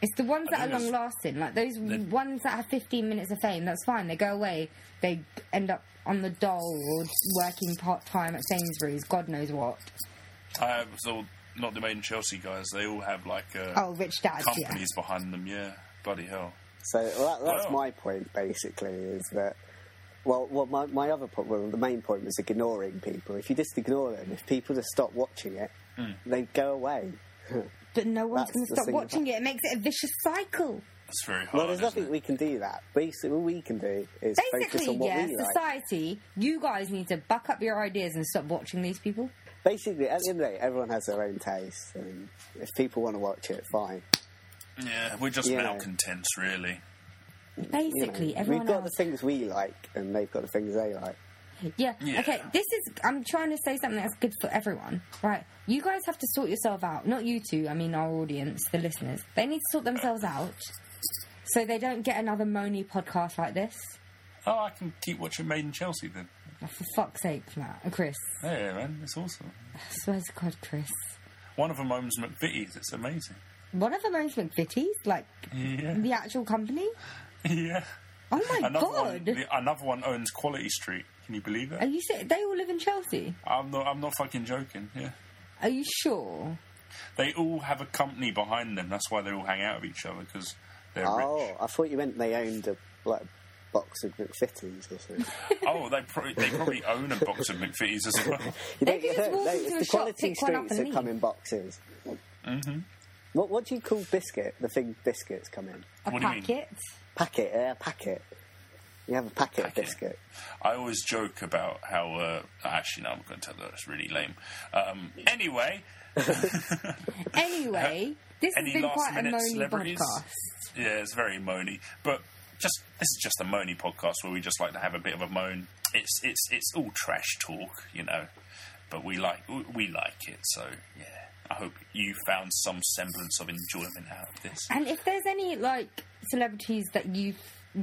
C: It's the ones that
B: think
C: are long
B: it's-
C: lasting, like those ones that have 15 minutes of fame. That's fine. They go away. They end up on the dole or working part time at Sainsbury's. God knows what.
B: I have so not the main Chelsea guys. They all have like uh,
C: Oh, rich dads. Yeah.
B: companies behind them. Yeah, bloody hell.
A: So that, that's
B: Wow.
A: my point, basically, is that. Well, well, my, my other point, well, the main point was ignoring people. If you just ignore them, if people just stop watching it, they go away.
C: But no one's
A: That's
C: going
A: the
C: to stop
A: thing about-
C: watching it. It makes it a vicious cycle.
B: That's very hard.
A: Well, there's
B: isn't
A: nothing
B: it?
A: we can do that. Basically, all we can do is focus
C: Basically,
A: on what
C: yeah,
A: we like.
C: society, you guys need to buck up your ideas and stop watching these people.
A: Basically, at the end of the day, everyone has their own taste, and if people want to watch it, fine.
B: Yeah, we're just
A: Yeah.
B: malcontents, really.
A: You know,
C: Basically, everyone
A: we've got
C: else.
A: the things we like, and they've got the things they like.
C: Yeah.
B: Yeah.
C: Okay. This is. I'm trying to say something that's good for everyone, right? You guys have to sort yourself out. Not you two. I mean, our audience, the listeners. They need to sort themselves out, so they don't get another moany podcast like this.
B: Oh, I can keep watching Maiden Chelsea then.
C: Oh, for fuck's sake, Matt, Uh, Chris.
B: Yeah, man, it's awesome.
C: I swear to God, Chris.
B: One of them owns McVitie's. It's amazing.
C: One of them owns McVitie's, like
B: Yeah,
C: the actual company.
B: yeah.
C: Oh my
B: Another one,
C: God.
B: the, another one owns Quality Street. Can you believe
C: Are
B: that?
C: you sure they all live in Chelsea?
B: I'm not. I'm not fucking joking. Yeah,
C: Are you sure?
B: they all have a company behind them. That's why they all hang out with each other because they're
A: Oh, I thought you meant they owned a like box of McFittings or something.
B: rich. Oh, they probably they probably own a box of McVitie's as well.
A: You
C: They
A: don't
C: could
A: get
C: just
A: hurt.
C: walk
A: No,
C: into
A: it's
C: a
A: the
C: shop,
A: quality
C: pick one up
A: streets
C: and
A: that come
C: leave.
A: in boxes. Mm-hmm. What, what do you call biscuit? The thing biscuits come in.
C: A
B: What do you mean?
C: packet?
A: Packet, yeah, packet. You have a packet, of biscuit.
B: I always joke about how. Uh, actually, no, I'm going to tell that. It's really lame. Um, anyway,
C: Anyway, this
B: Any
C: has been quite a
B: last-minute
C: moany
B: celebrities?
C: podcast.
B: yeah, it's very moany, but just this is just a moany podcast where we just like to have a bit of a moan. It's it's it's all trash talk, you know, but we like we- we like it. So yeah, I hope you found some semblance of enjoyment out of this.
C: And if there's any like celebrities that you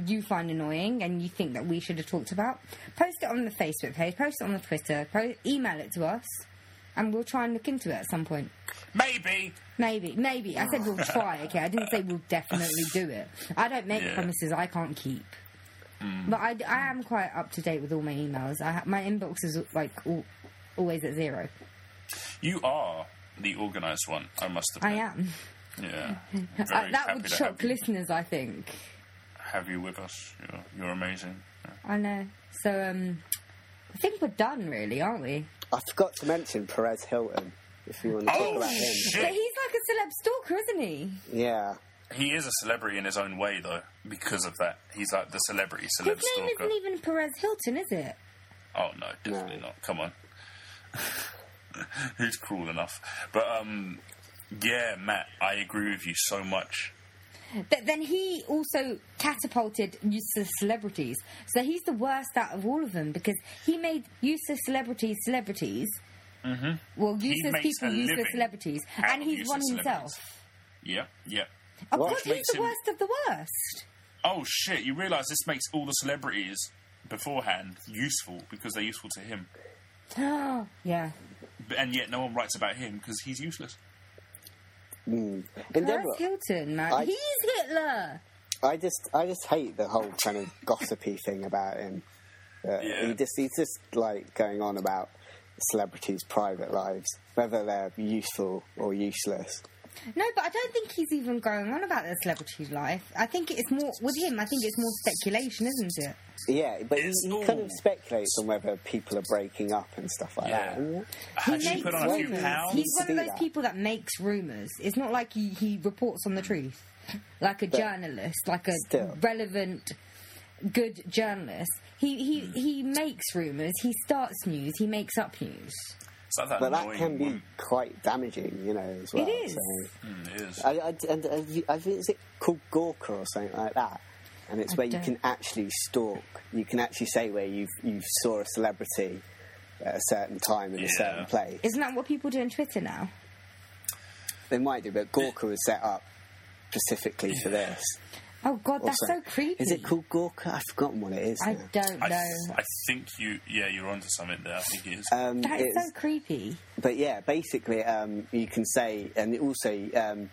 C: you find annoying and you think that we should have talked about, post it on the Facebook page, post it on the Twitter, post, email it to us, and we'll try and look into it at some point.
B: Maybe
C: Maybe, maybe. I said we'll try. Okay, I didn't say we'll definitely do it. I don't make
B: Yeah. Mm.
C: promises I can't keep. But I, I am quite up to date with all my emails. I ha- my inbox is like all, always at zero.
B: you are the organised one. I must
C: I
B: admit.
C: am.
B: Yeah,
C: Uh,
B: Very
C: that
B: happy
C: would
B: to
C: shock
B: have you,
C: listeners, I think.
B: have you with us. You're, you're amazing. Yeah.
C: I know. So, um, I think we're done, really, aren't we?
A: I forgot to mention Perez Hilton. If you want to talk
B: Oh,
A: about him,
B: shit.
C: But he's like a celeb stalker, isn't he?
A: yeah.
B: He is a celebrity in his own way, though, because of that. He's like the celebrity celeb
C: His name
B: stalker.
C: isn't even Perez Hilton, is it?
B: Oh no, definitely not. Come on, who's cruel enough? But um, yeah, Matt, I agree with you so much.
C: But then he also catapulted useless celebrities. So he's the worst out of all of them because he made useless celebrities celebrities. Mm-hmm. Well, useless
B: makes
C: people
B: a
C: useless
B: living
C: celebrities.
B: out
C: And
B: of
C: he's one
B: useless
C: himself.
B: Yep, yep.
C: Of
A: Well, which
C: course, he's
B: makes
C: the
B: him-
C: worst of the worst.
B: Oh shit! You realise this makes all the celebrities beforehand useful because they're useful to him,
C: yeah.
B: B- and yet no one writes about him because he's useless.
A: Mm. In
C: Perez
A: general,
C: Hilton, man.
A: I-
C: He's Hitler.
A: I just, I just hate the whole kind of gossipy thing about him. Uh,
B: Yeah.
A: He just, he's just like going on about celebrities' private lives, whether they're useful or useless.
C: No, but I don't think he's even going on about the celebrity life. I think it's more with him. I think it's more speculation, isn't it?
A: Yeah, but he,
B: It's
A: he kind
B: normal.
A: of speculates on whether people are breaking up and stuff like
B: Yeah.
A: that. And
B: Had she put on a few
A: rumours.
B: pounds?
C: He's one
A: To
C: of
A: do
C: those
A: that.
C: people that makes rumors. It's not like he, he reports on the truth, like a journalist, like a
A: Still.
C: relevant, good journalist. He he he makes rumors. He starts news. He makes up news.
B: It's like that
A: But that
B: annoying
A: can be
B: woman.
A: quite damaging, you know, as well.
C: is.
A: So.
B: Mm, it is.
A: I, I, and, uh, you, I think is it called Gawker or something like that? And it's
C: I
A: where you
C: don't-
A: can actually stalk. You can actually say where you you saw a celebrity at a certain time in a
B: Yeah.
A: certain place.
C: Isn't that what people do on Twitter now?
A: They might do, but Gawker was set up specifically for this.
C: Oh God, that's
A: Also,
C: so creepy.
A: Is it called Gawker? I've forgotten what it is.
C: I
A: now.
C: don't
B: I,
C: know.
B: I think you, yeah, you're onto something there. I think it is.
A: Um,
C: that is
A: it's-
C: so creepy.
A: but yeah, basically, um, you can say, and also, um,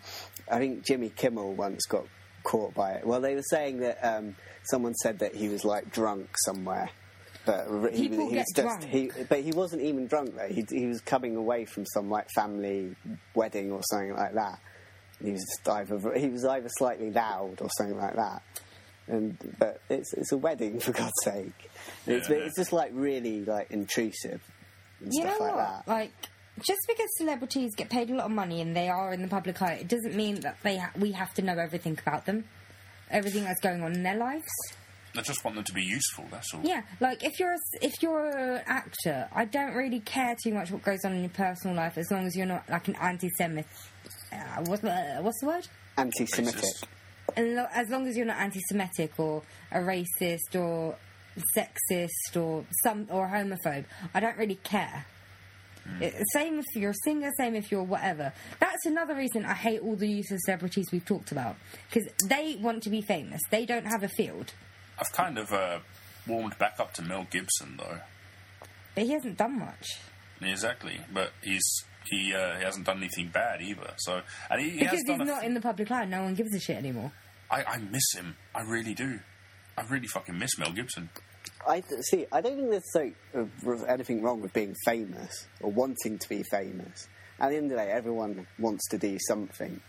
A: I think Jimmy Kimmel once got caught by it. Well, they were saying that um, someone said that he was like drunk somewhere, but r- he,
C: People
A: was- he was
C: get
A: just
C: drunk.
A: he, but he wasn't even drunk though. He, he was coming away from some like family wedding or something like that. And he was just either he was either slightly loud or something like that. And but it's it's a wedding for God's sake. It's,
B: Yeah.
A: it's just like really like intrusive and
C: You
A: stuff
C: know
A: like
C: what?
A: that.
C: Like, just because celebrities get paid a lot of money and they are in the public eye, it doesn't mean that they ha- we have to know everything about them, everything that's going on in their lives.
B: I just want them to be useful. That's all.
C: Yeah, like if you're a s if you're an actor, I don't really care too much what goes on in your personal life as long as you're not like an anti-Semite. Uh, what, uh, what's the word?
A: anti-Semitic.
B: Racist.
C: And lo- as long as you're not anti-Semitic or a racist or sexist or some or homophobe, I don't really care.
B: Mm.
C: It- same if you're a singer, same if you're whatever. That's another reason I hate all the use of celebrities we've talked about because they want to be famous. They don't have a field,
B: I've kind of uh, warmed back up to Mel Gibson though.
C: but he hasn't done much.
B: Exactly, but he's he uh, he hasn't done anything bad either. So and he, he
C: Because
B: has
C: he's
B: done. a-
C: not in the public eye, no one gives a shit anymore.
B: I, I miss him. I really do. I really fucking miss Mel Gibson.
A: I th- see. I don't think there's so, uh, r- anything wrong with being famous or wanting to be famous. At the end of the day, everyone wants to do something,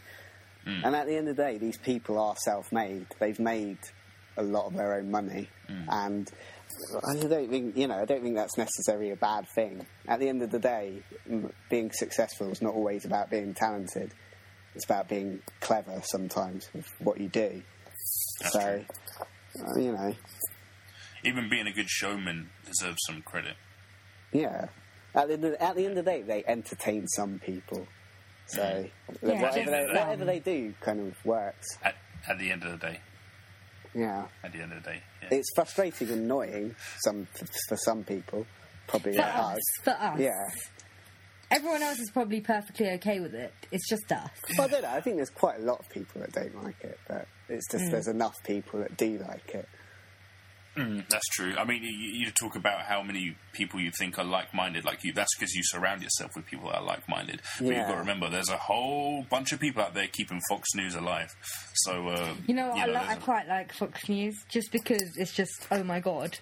A: and at the end of the day, these people are self-made. They've made a lot of their own money, and I don't think you know. I don't think that's necessarily a bad thing. At the end of the day, m- being successful is not always about being talented. It's about being clever sometimes with what you do. so, uh, you know,
B: Even being a good showman deserves some credit.
A: Yeah. At the, end of- at the end of the day, they entertain some people. So
C: Mm. Yeah.
A: whatever, they,
B: Yeah.
A: whatever they do kind of works.
B: At, at the end of the day,
A: Yeah.
B: at the end of the day, yeah.
A: It's frustrating and annoying some, for some people, probably
C: For
A: like
C: us,
A: us.
C: for us,
A: Yeah.
C: Everyone else is probably perfectly okay with it. It's just us.
A: Well, I don't know. I think there's quite a lot of people that don't like it, but it's
C: Mm.
A: just there's enough people that do like it.
B: Mm, that's true. I mean, you, you talk about how many people you think are like-minded, like you. That's because you surround yourself with people that are like-minded. But you've
A: Yeah.
B: got to remember, there's a whole bunch of people out there keeping Fox News alive. So uh,
C: You know, what? I, li- I
B: there's a-
C: quite like Fox News just because it's just oh my god.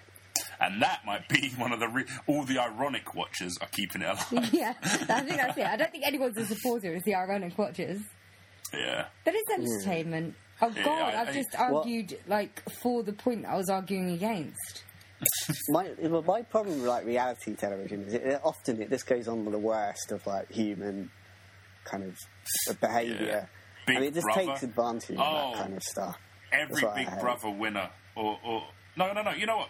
B: and that might be one of the re- all the ironic watchers are keeping it alive.
C: yeah, I think that's it. I don't think anyone's a supporter. It's the ironic watchers.
B: yeah.
C: But it's entertainment. Oh God,
B: Hmm. Yeah, I-
C: I've
B: I-
C: just
A: Well-
C: argued like for the point I was arguing against.
A: my well, my problem with like reality television is it, it- often it just goes on with the worst of like human kind of behaviour,
B: Big
A: and it just
B: Brother.
A: takes advantage of
B: Oh.
A: that kind of stuff.
B: every
A: That's what I
B: Big
A: hate.
B: Brother winner, or, or no, no, no. You know what?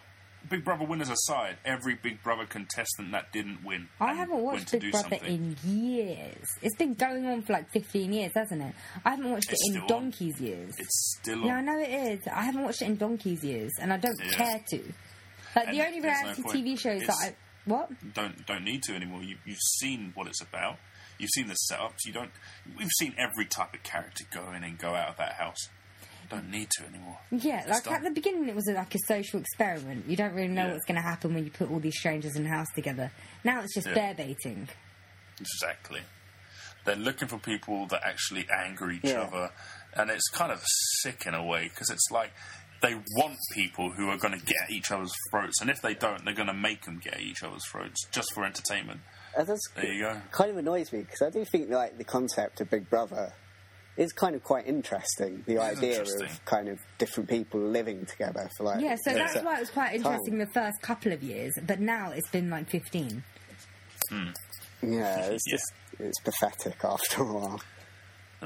B: Big Brother winners aside, every Big Brother contestant that didn't win,
C: I
B: and
C: haven't
B: went
C: watched
B: to
C: Big
B: do
C: Brother
B: something.
C: in years. It's been going on for like fifteen years, hasn't it? I haven't watched
B: It's
C: it
B: still
C: in
B: on.
C: donkey's years.
B: It's still
C: Yeah, I
B: on.
C: know it is. I haven't watched it in donkey's years, and I don't
B: Yeah.
C: care to. Like
B: And
C: the only
B: there's no
C: reality
B: point.
C: TV shows that
B: It's-
C: I what
B: Don't don't need to anymore. You, you've seen what it's about. You've seen the setups. You don't. We've seen every type of character go in and go out of that house. Don't need to anymore.
C: Yeah,
B: It's
C: like
B: done.
C: at the beginning, it was a, like a social experiment. You don't really know
B: Yeah.
C: what's going to happen when you put all these strangers in a house together. Now it's just
B: Yeah.
C: bear baiting.
B: Exactly. They're looking for people that actually anger each
A: Yeah.
B: other, and it's kind of sick in a way because it's like they want people who are going to get at each other's throats, and if they don't, they're going to make them get at each other's throats just for entertainment.
A: And that's
B: There you go.
A: Kind of annoys me because I do think like the concept of Big Brother it's kind of quite interesting the idea
G: interesting.
A: of kind of different people living together for like
C: Yeah, so that's
A: certain
C: why it was quite interesting
A: time.
C: the first couple of years, but now it's been like 15.
A: Yeah, it's
G: Yeah.
A: just it's pathetic after a while.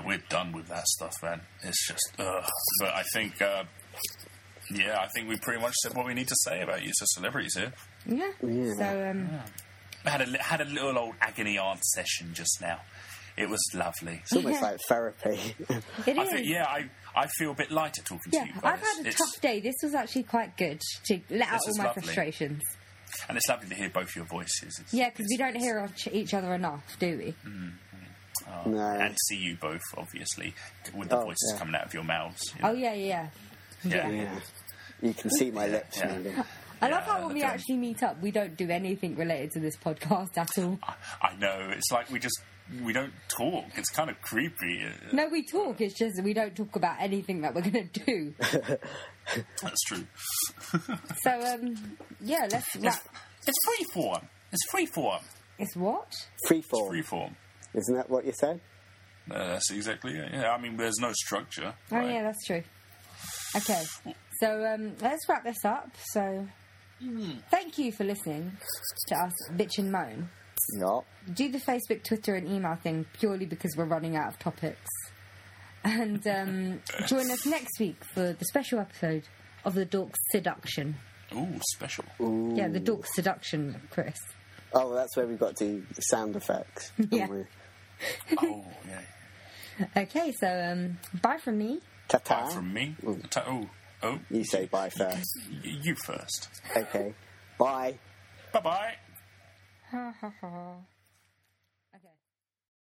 B: We're done with that stuff, man. It's just, ugh. but I think, uh, yeah, I think we pretty much said what we need to say about you to celebrities here.
C: Yeah. So, um,
B: I had a li- had a little old agony aunt session just now. It was lovely.
A: It's almost like therapy.
C: it
B: I
C: is.
B: feel, yeah, I I feel a bit lighter talking
C: Yeah,
B: to you guys.
C: I've had a
B: It's-
C: tough day. This was actually quite good to let out
B: This
C: all
B: is
C: my
B: lovely.
C: frustrations.
B: and it's lovely to hear both your voices. It's-
C: Yeah, because we
B: it's-
C: don't hear each- each other enough, do we?
B: Mm-hmm.
A: no.
B: Oh, and see you both, obviously, with the
A: Oh,
B: voices
A: yeah.
B: coming out of your mouths. you
C: Oh,
B: know?
C: yeah, yeah, yeah.
B: Yeah.
A: yeah. You can see my lips
B: yeah.
A: moving.
C: I love how
B: Yeah,
C: when we
B: don't-
C: actually meet up, we don't do anything related to this podcast at all.
B: I, I know. It's like we just we don't talk. It's kind of creepy. Uh,
C: No, we talk, it's just that we don't talk about anything that we're going to do.
B: That's true.
C: So, um, yeah, let's wrap.
B: It's free form. It's free form.
C: It's what?
A: Freeform,
B: Free form.
A: isn't that what you said?
B: Uh, that's exactly it. Yeah, I mean, there's no structure.
C: Oh,
B: right?
C: yeah, that's true. Okay, so um, let's wrap this up. So,
B: Hmm.
C: thank you for listening to us bitch and moan.
A: No.
C: do the Facebook, Twitter, and email thing purely because we're running out of topics. And um, join us next week for the special episode of the Dork Seduction.
B: Ooh, special.
C: Yeah, the Dork Seduction, Chris.
A: Oh, that's where we've got to do sound effects. haven't
C: Yeah.
A: we?
B: oh, yeah.
C: Okay, so um, bye from me.
A: Ta-ta.
B: Bye from me.
A: Ooh.
B: Ta- oh, oh.
A: You say bye first.
B: Y- You first.
A: okay. Bye.
B: Bye bye.
C: Ha ha ha.